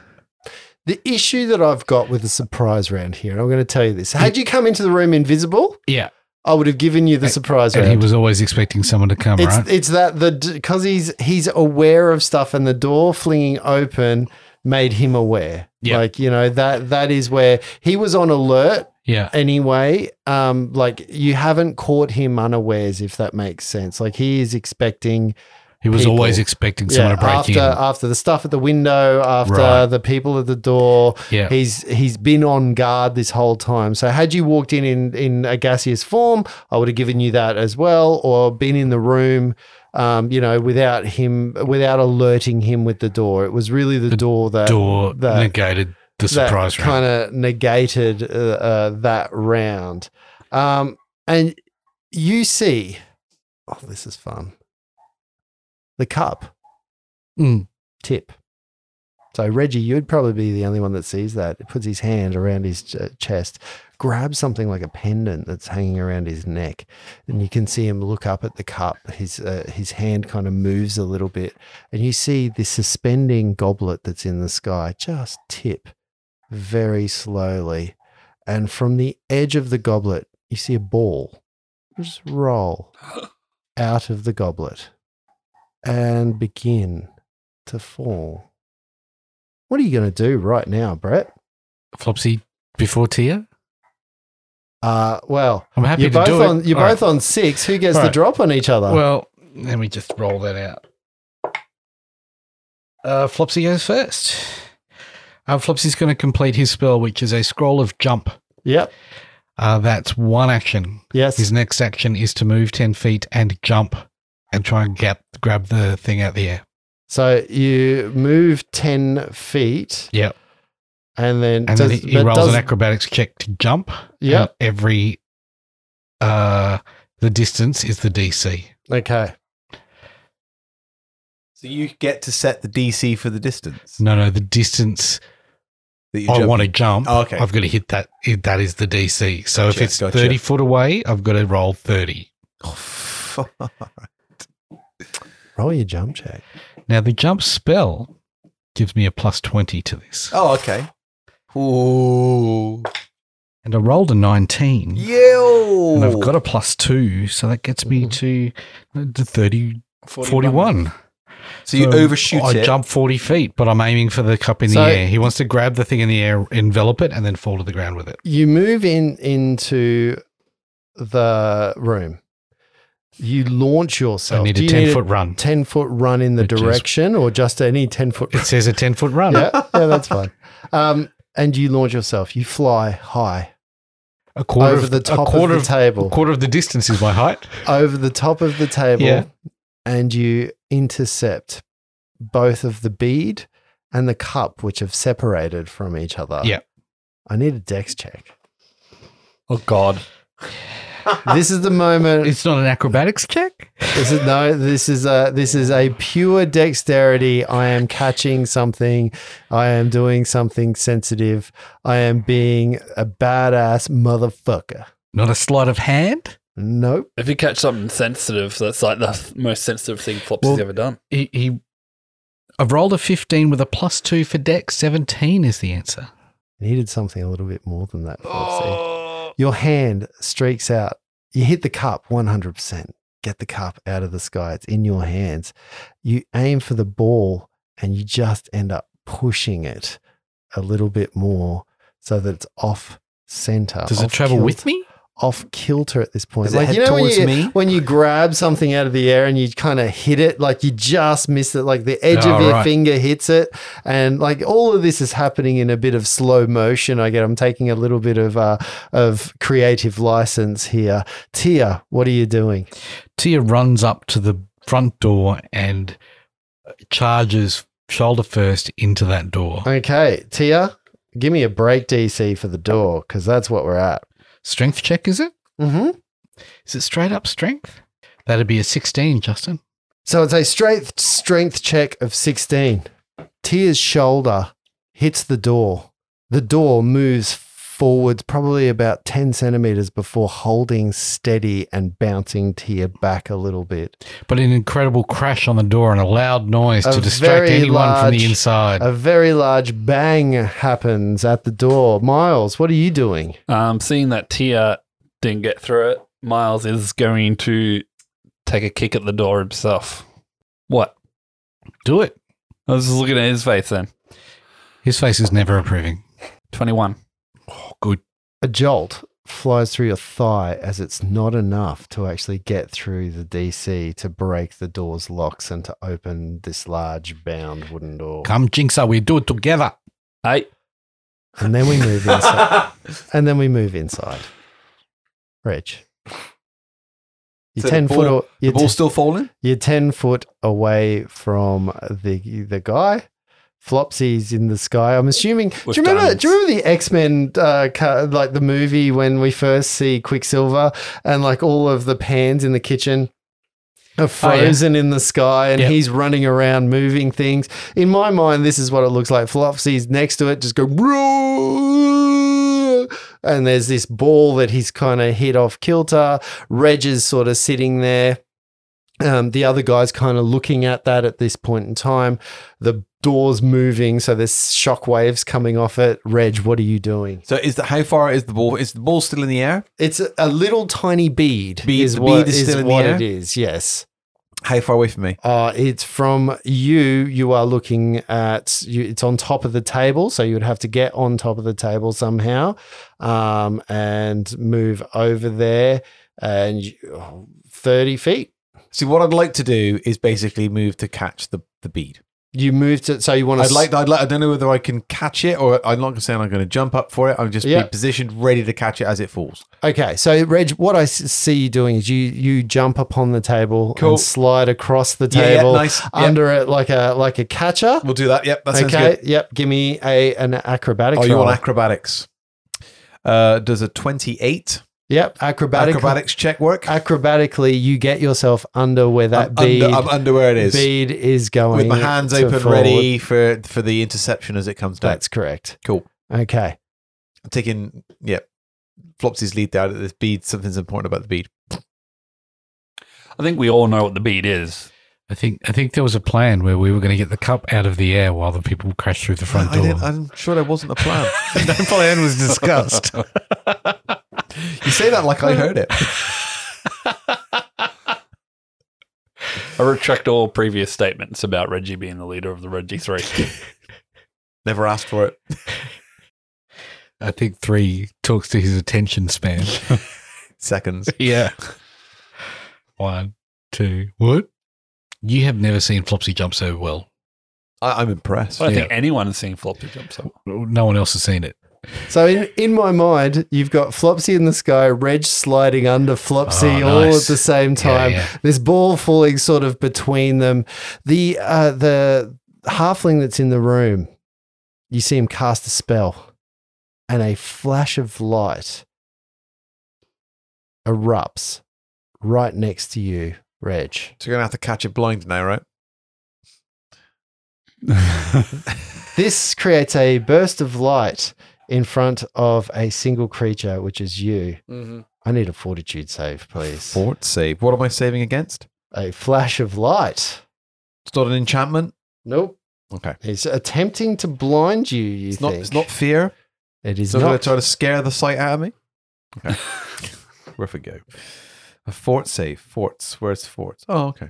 The issue that I've got with the surprise round here, and I'm going to tell you this: had you come into the room invisible, Yeah. I would have given you the surprise And round. he was always expecting someone to come, it's right? it's that the because he's he's aware of stuff, and the door flinging open made him aware. Yeah. Like you know that that is where he was on alert yeah. anyway. Um, like you haven't caught him unawares, if that makes sense. Like he is expecting He was always people. expecting someone to break after in. after the stuff at the window, after Right. the people at the door. Yeah. He's he's been on guard this whole time. So had you walked in in, in a gaseous form, I would have given you that as well, or been in the room, um, you know, without him, without alerting him with the door. It was really the, door that Door uh, that- negated the surprise round. kind of negated uh, uh, that round. Um, and you see, oh, this is fun. The cup Mm. tip. So Reggie, you'd probably be the only one that sees that. It puts his hand around his uh, chest, grabs something like a pendant that's hanging around his neck, and you can see him look up at the cup. His uh, his hand kind of moves a little bit, and you see the suspending goblet that's in the sky just tip very slowly, and from the edge of the goblet, you see a ball just roll out of the goblet and begin to fall. What are you going to do right now, Brett? Flopsy before Tia? Uh, well, I'm happy you're to both do on it. you're All right. both on six. Who gets All the right. drop on each other? Well, let me just roll that out. Uh, Flopsy goes first. Uh, Flopsy's going to complete his spell, which is a scroll of jump. yep. Uh, that's one action. Yes. His next action is to move 10 feet and jump and try and gap, grab the thing out the air. So you move 10 feet. Yep. And then, And does- then he, he but rolls does- an acrobatics check to jump. Yeah. and every uh the distance is the DC. Okay. So you get to set the DC for the distance. No, no, the distance that you I jump. want to jump. Oh, okay. I've got to hit that. i- That is the DC. So if Gotcha, it's gotcha. thirty foot away, I've got to roll thirty. Oh, fuck. Roll your jump check. Now the jump spell gives me a plus twenty to this, Oh, okay. Ooh. and I rolled a nineteen. Yo. And I've got a plus two, so that gets me to uh, the 30, 41. so you So overshoot I it. jump 40 feet, but I'm aiming for the cup in So- the air. He wants to grab the thing in the air, envelop it, and then fall to the ground with it. You move in into the room. You launch So yourself. I need Oh, Do a you 10 foot run. 10 foot run in the Which is- direction or just any 10 foot It says a 10 foot run. yeah, yeah, that's fine. Um, and you launch yourself. You fly high A quarter over of the top a quarter of the table, quarter of the distance is my height. over the top of the table, Yeah. and you intercept both of the bead and the cup, which have separated from each other. Yeah. I need a dex check. Oh God! This is the moment. It's not an acrobatics check. This is no. This is a this is a pure dexterity. I am catching something. I am doing something sensitive. I am being a badass motherfucker. Not a sleight of hand. Nope. If you catch something sensitive, that's like the most sensitive thing Flopsy's Well- ever done. He, he, I've rolled a 15 with a plus two for deck. 17 is the answer. Needed something a little bit more than that. Flopsy. Oh. Your hand streaks out. You hit the cup 100%. Get the cup out of the sky. It's in your hands. You aim for the ball and you just end up pushing it a little bit more so that it's off center. Does it off travel kilt- with me? Off kilter at this point. Does it head when towards you- me? when you grab something out of the air and you kind of hit it, like you just miss it, like the edge of Oh, your right. finger hits it, and like all of this is happening in a bit of slow motion. I get, I'm taking a little bit of uh, of creative license here. Tia, what are you doing? Tia runs up to the front door and charges shoulder first into that door. Okay, Tia, give me a break DC for the door because that's what we're at. Strength check, is it? Mm-hmm. Is it straight up strength? That'd be a 16, Justin. So it's a strength strength check of 16. Tia's shoulder hits the door. The door moves forwards probably about 10 centimeters before holding steady and bouncing Tia back a little bit. But an incredible crash on the door and a loud noise A to distract very anyone from large- the inside. A very large bang happens at the door. Miles, what are you doing? Um, seeing that Tia didn't get through it, Miles is going to take a kick at the door himself. What? Do it. I was just looking at his face then. His face is never approving. Twenty-one. Oh, good. A jolt flies through your thigh as it's not enough to actually get through the DC to break the door's locks and to open this large bound wooden door. Come, Jinxer, we do it together. Eight. And then we move inside. and then we move inside. Rich. You're So the ten foot. ball- a- you're, Ball t- still falling? you're ten foot away from the the guy. Flopsy's in the sky. I'm assuming. With do you remember? diamonds. Do you remember the X Men uh, ca- like the movie when we first see Quicksilver and like all of the pans in the kitchen. Are Oh, yeah. frozen in the sky, and Yep. he's running around moving things. In my mind, this is what it looks like. Flopsy's next to it, just go, "Roar!" and there's this ball that he's kind of hit off kilter. Reg is sort of sitting there. Um, the other guy's kind of looking at that at this point in time. The door's moving, so there's shock waves coming off it. Reg, what are you doing? So is the how far is the ball? Is the ball still in the air? It's a, a little tiny bead. Bead- is the what, bead is still in the what air? it is. Yes. How far away from me? Uh, it's from you. You are looking at you, it's on top of the table, so you would have to get on top of the table somehow, um, and move over there, and you, oh, thirty feet. See, what I'd like to do is basically move to catch the the bead. you moved it so you want to. I'd like, I'd like. I don't know whether I can catch it, or I'm not saying I'm going to jump up for it. I'm just Yeah. be positioned, ready to catch it as it falls. Okay, so Reg, what I s- see you doing is you you jump upon the table Cool. and slide across the Yeah, yeah, table nice. Yeah. under it like a like a catcher. We'll do that. Yep, that sounds okay, good. yep. Give me a an acrobatic. Oh, you want roll. acrobatics? Uh, does a 28 Yep, acrobatic. acrobatics check work? Acrobatically, you get yourself under where that I'm bead Uh, under, I'm under where it is. bead is going. With my hands to open, forward. ready for, for the interception as it comes down. That's correct. Cool. Okay. I'm taking, yeah, Flopsy's lead there. This bead, something's important about the bead. I think we all know what the bead is. I think I think there was a plan where we were going to get the cup out of the air while the people crashed through the front I door. didn't, I'm sure there wasn't a plan. the plan was discussed. you say that like I heard it. I retract all previous statements about Reggie being the leader of the Reggie Three. Never asked for it. I think three talks to his attention span. Seconds. yeah. One, two, what? You have never seen Flopsy jump so well. I, I'm impressed. I don't think Yeah. anyone has seen Flopsy jump so. No one else has seen it. So in, in my mind, you've got Flopsy in the sky, Reg sliding under Flopsy Oh, all at nice. the same Yeah, time. yeah. this ball falling sort of between them. The uh, the halfling that's in the room, you see him cast a spell, and a flash of light erupts right next to you, Reg. So you're going to have to catch it blind now, right? This creates a burst of light in front of a single creature, which is you. Mm-hmm. I need a fortitude save, please. Fort save. What am I saving against? a flash of light. It's not an enchantment. Nope. Okay. He's attempting to blind you. You It's think not, it's not fear. It is It's not going not. to try to scare the sight out of me. Okay. Worth a go. A fort save. Forts. Where's forts? Oh, okay.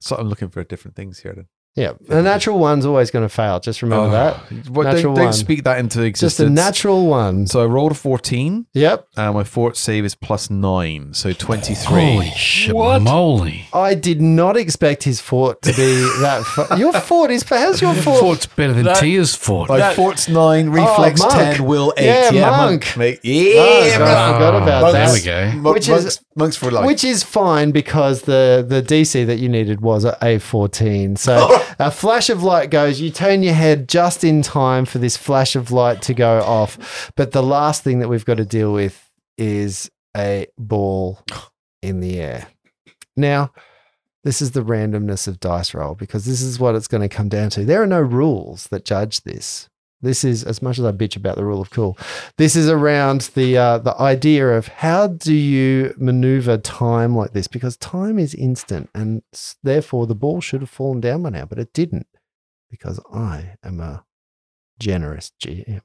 So I'm looking for different things here then. Yeah, the natural one's always going to fail. Just remember Oh, that. Well, Natural don't, don't one. speak that into Just existence. a natural one. So I rolled a 14, Yep, and my fort save is plus nine, so 23. Holy shit, moly. I did not expect his fort to be that. Fa- your fort is. How's your fort? Fort's better than That- Tia's fort. My fort's nine, reflex Oh, monk. 10, will eight. Yeah, monk. mate. Oh, Yeah, God, man. I forgot about Monks. that. Ah, There we go. Monk- Which is- monks, monks for life. Which is fine because the, the DC that you needed was a 14. So a flash of light goes, you turn your head just in time for this flash of light to go off. But the last thing that we've got to deal with is a ball in the air. Now, this is the randomness of dice roll because this is what it's going to come down to. There are no rules that judge this. This is as much as I bitch about the rule of cool. This is around the uh, the idea of how do you maneuver time like this because time is instant and s- therefore the ball should have fallen down by now, but it didn't because I am a generous GM.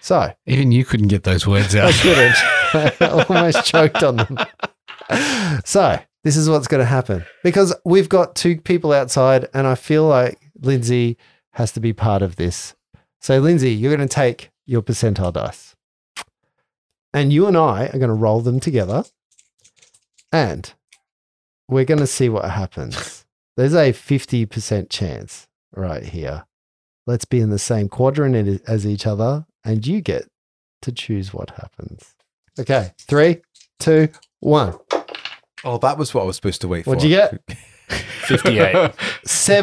So Even you couldn't get those words out. I couldn't. I almost choked on them. So this is what's going to happen because we've got two people outside, and I feel like Lindsay has to be part of this. So Lindsay, you're going to take your percentile dice, and you and I are going to roll them together, and we're going to see what happens. There's a fifty percent chance right here. Let's be in the same quadrant as each other, and you get to choose what happens. Okay, three, two, one. oh, that was what I was supposed to wait for. What'd you get? Fifty-eight.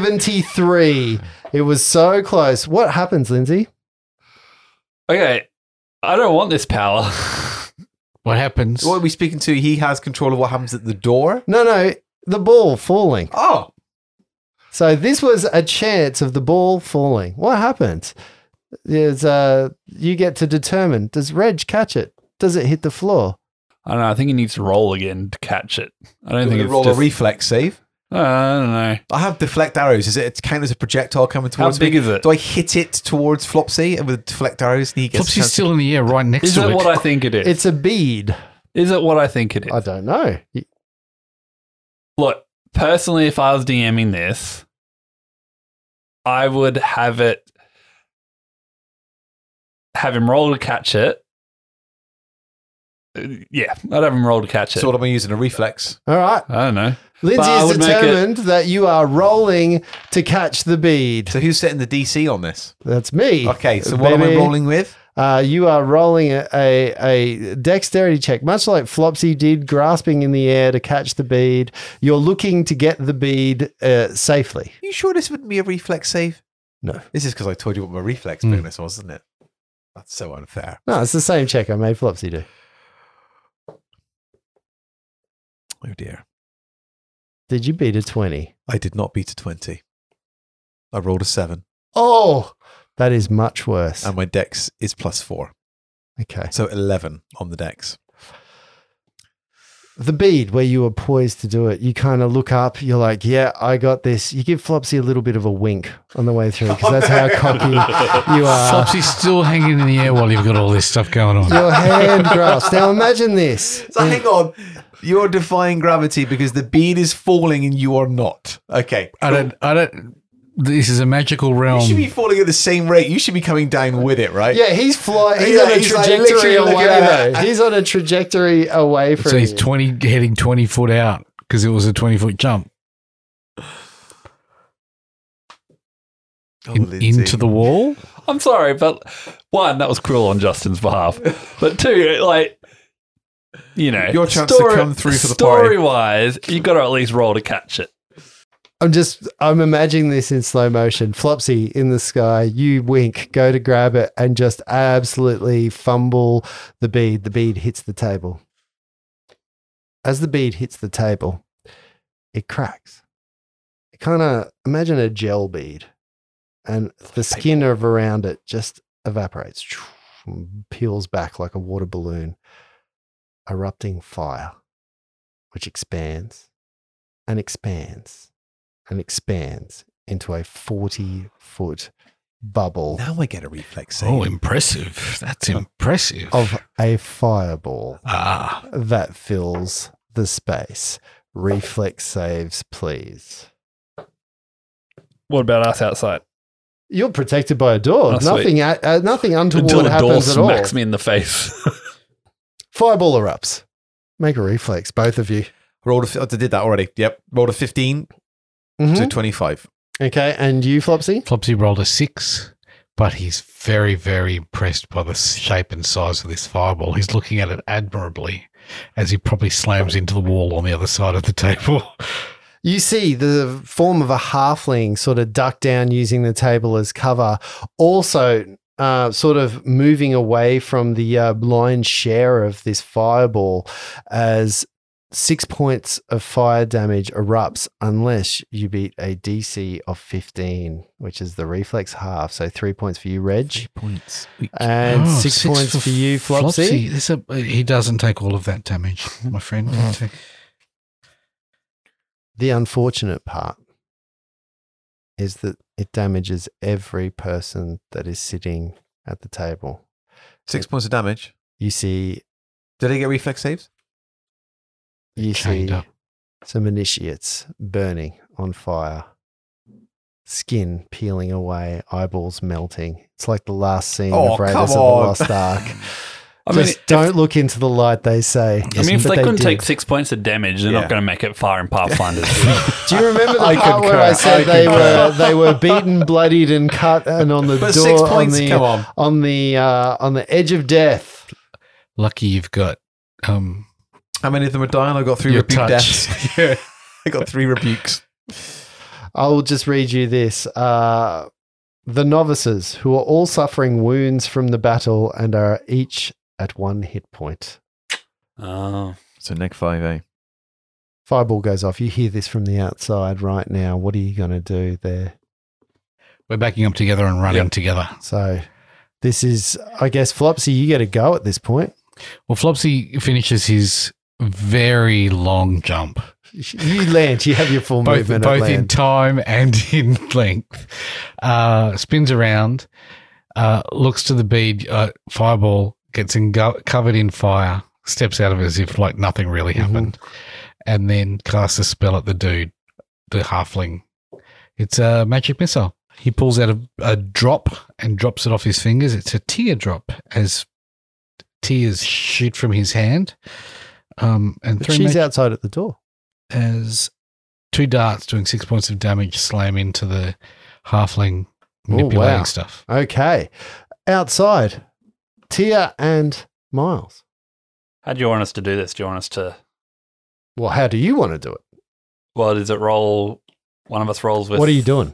73. It was so close. What happens, Lindsay? okay, I don't want this power. What happens? What are we speaking to? He has control of what happens at the door. No, no, the ball falling. Oh, So this was a chance of the ball falling. What happened? There's, uh, you get to determine does Reg catch it? Does it hit the floor? I don't know. I think he needs to roll again to catch it. I don't think it's roll just, a reflex save. Uh, I don't know. I have deflect arrows. Is it count as a projectile coming How towards big me? is it? Do I hit it towards Flopsy and with deflect arrows? And he gets a Flopsy's chance still in the air right next Is to it it. what I think it is? It's a bead. is it what I think it is? I don't know. Y- Look, personally, if I was DMing this, I would have it have him roll to catch it, Uh, yeah, I'd have him roll to catch it. So what am I using? A reflex? All right. I don't know. Lindsay I is would make it- determined that you are rolling to catch the bead. So who's setting the DC on this? That's me. Okay, so what am I Baby. rolling with? Uh, you are rolling a, a, a dexterity check, much like Flopsy did, grasping in the air to catch the bead. You're looking to get the bead uh, safely. you sure this wouldn't be a reflex save? No. This is because I told you what my reflex bonus was, isn't it? That's so unfair. No, it's the same check I made Flopsy do. Oh dear. Did you beat a 20? I did not beat a 20. I rolled a 7, Oh, that is much worse. and my dex is plus 4. okay. So 11 on the dex. The bead where you were poised to do it, you kind of look up, you're like, yeah, I got this. You give Flopsy a little bit of a wink on the way through because that's how cocky you are. Flopsy's still hanging in the air while you've got all this stuff going on. Your hand grasps. Now imagine this. So hang on. Oh. You're defying gravity because the bead is falling and you are not. Okay. I don't. I don't. This is a magical You realm. should be falling at the same rate. You should be coming down with it, right? Yeah, he's flying. He's Yeah, on a he's like trajectory literally looking away. at though. He's on a trajectory away from so he's you. twenty heading twenty foot out because it was a twenty foot jump Oh, in- Lindsay. into the wall. I'm sorry, but one, that was cruel on Justin's behalf. But two, like, you know, Your chance to come through for the party. story wise, you got to at least roll to catch it. I'm just. I'm imagining this in slow motion. Flopsy in the sky. You wink. Go to grab it and just absolutely fumble the bead. The bead hits the table. As the bead hits the table, it cracks. It kind of imagine a gel bead, and the skin of around it just evaporates, and peels back like a water balloon, erupting fire, which expands and expands and expands into a 40 foot bubble Now I get a reflex save. Oh, impressive! That's impressive. of a fireball ah, that fills the space. Reflex saves, please. What about us outside? You're protected by a door. Oh, sweet. nothing, uh, uh, nothing untoward Until a door happens at all. smacks me in the face. Fireball erupts. Make a reflex, both of you. Rolled a, fi- I did that already. Yep. Rolled a 15 to Hmm? Mhm. 25. Okay, and you, Flopsy? Flopsy rolled a six, but he's very, very impressed by the shape and size of this fireball. He's looking at it admirably as he probably slams into the wall on the other side of the table. You see the form of a halfling sort of duck down using the table as cover, also uh, sort of moving away from the uh, lion's share of this fireball as six points of fire damage erupts unless you beat a DC of 15, which is the reflex half. So three points for you, Reg, Points. and Oh, six six points for, you, Flopsy. Mm-hmm. This a- he doesn't take all of that damage, my friend. The unfortunate part is that it damages every person that is sitting at the table. Six points of damage. You see, Did I get reflex saves? you Chained see up. some initiates burning on fire, skin peeling away, eyeballs melting. It's like the last scene Oh, of Raiders of come the on. Lost Ark. I mean, Just don't look into the light, they say. I mean, if But they couldn't did. take six points of damage, they're Yeah. not going to make it far in Pathfinders. Do you remember the I part where concur, I said I they concur. were they were beaten, bloodied, and cut, and on the But door six points. on the come on. on the uh, on the edge of death. Lucky you've got um, How many of them are dying? I got three your rebuke touch. deaths. I got three rebukes. I will just read you this. Uh, the novices who are all suffering wounds from the battle and are each at one hit point. oh. So neg five A. Fireball goes off. You hear this from the outside right now. What are you going to do there? We're backing up together and running together. So, this is, I guess, Flopsy, you get a go at this point. Well, Flopsy finishes his very long jump, You land. You have your full both movement. at both in land. time and in length. Uh, spins around, uh, looks to the bead, uh, fireball gets in covered in fire, steps out of it as if like nothing really Mhm. happened, and then casts a spell at the dude, the halfling. It's a magic missile. He pulls out a, a drop and drops it off his fingers. It's a teardrop as tears shoot from his hand. Um, and But three she's ma- outside at the door. as two darts doing six points of damage slam into the halfling manipulating wow. stuff. Okay. Outside, Tia and Miles. How do you want us to do this? Do you want us to? Well, how do you want to do it? Well, does it roll? One of us rolls with. What are you doing?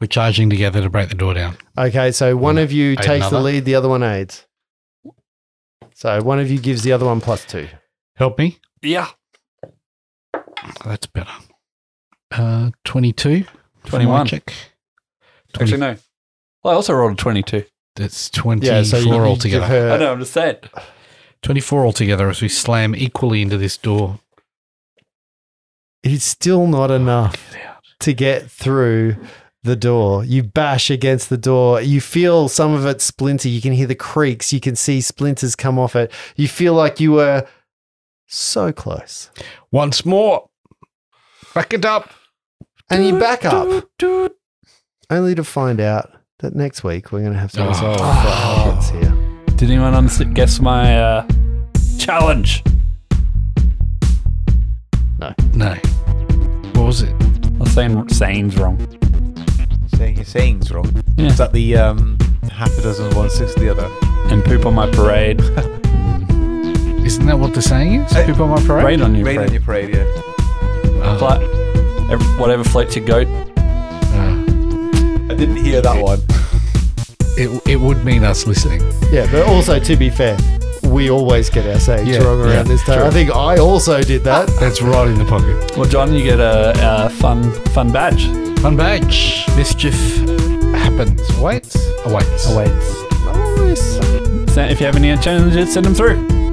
We're charging together to break the door down. Okay, so one of you Aid takes the another? lead, the other one aids. So one of you gives the other one plus two. Help me. Yeah, That's better. Uh, 22. for my 21. Check. 20, actually no. Well, I also rolled a twenty-two. That's 24 yeah, so you, you altogether. give her. I know. I'm just saying. 24 altogether as we slam equally into this door. It's still not enough to get through the door. You bash against the door. You feel some of it splinter. You can hear the creaks. You can see splinters come off it. You feel like you were so close. Once more. Back it up. And you back up, only to find out that next week we're going to have some Oh. resolve for how it gets here. Did anyone under- guess my uh, challenge? No. What was it? I'm saying saying's wrong. Saying your saying's wrong. Yeah. Is that the um, half a dozen, one six the other? And poop on my parade. Isn't that what the saying is? Hey, Poop on my parade? Parade on your Rain on parade. your parade, yeah. Oh, Fly- ev- whatever floats your goat. uh, I didn't hear that one. it, it would mean us listening. Yeah, but also to be fair, we always get our sayings Yeah, wrong around yeah, this time. true. I think I also did that. That's right in the pocket. Well, John, you get a, a fun fun badge. Fun badge. Mischief happens. Waits. Awaits. Awaits. Nice. So if you have any challenges, send them through.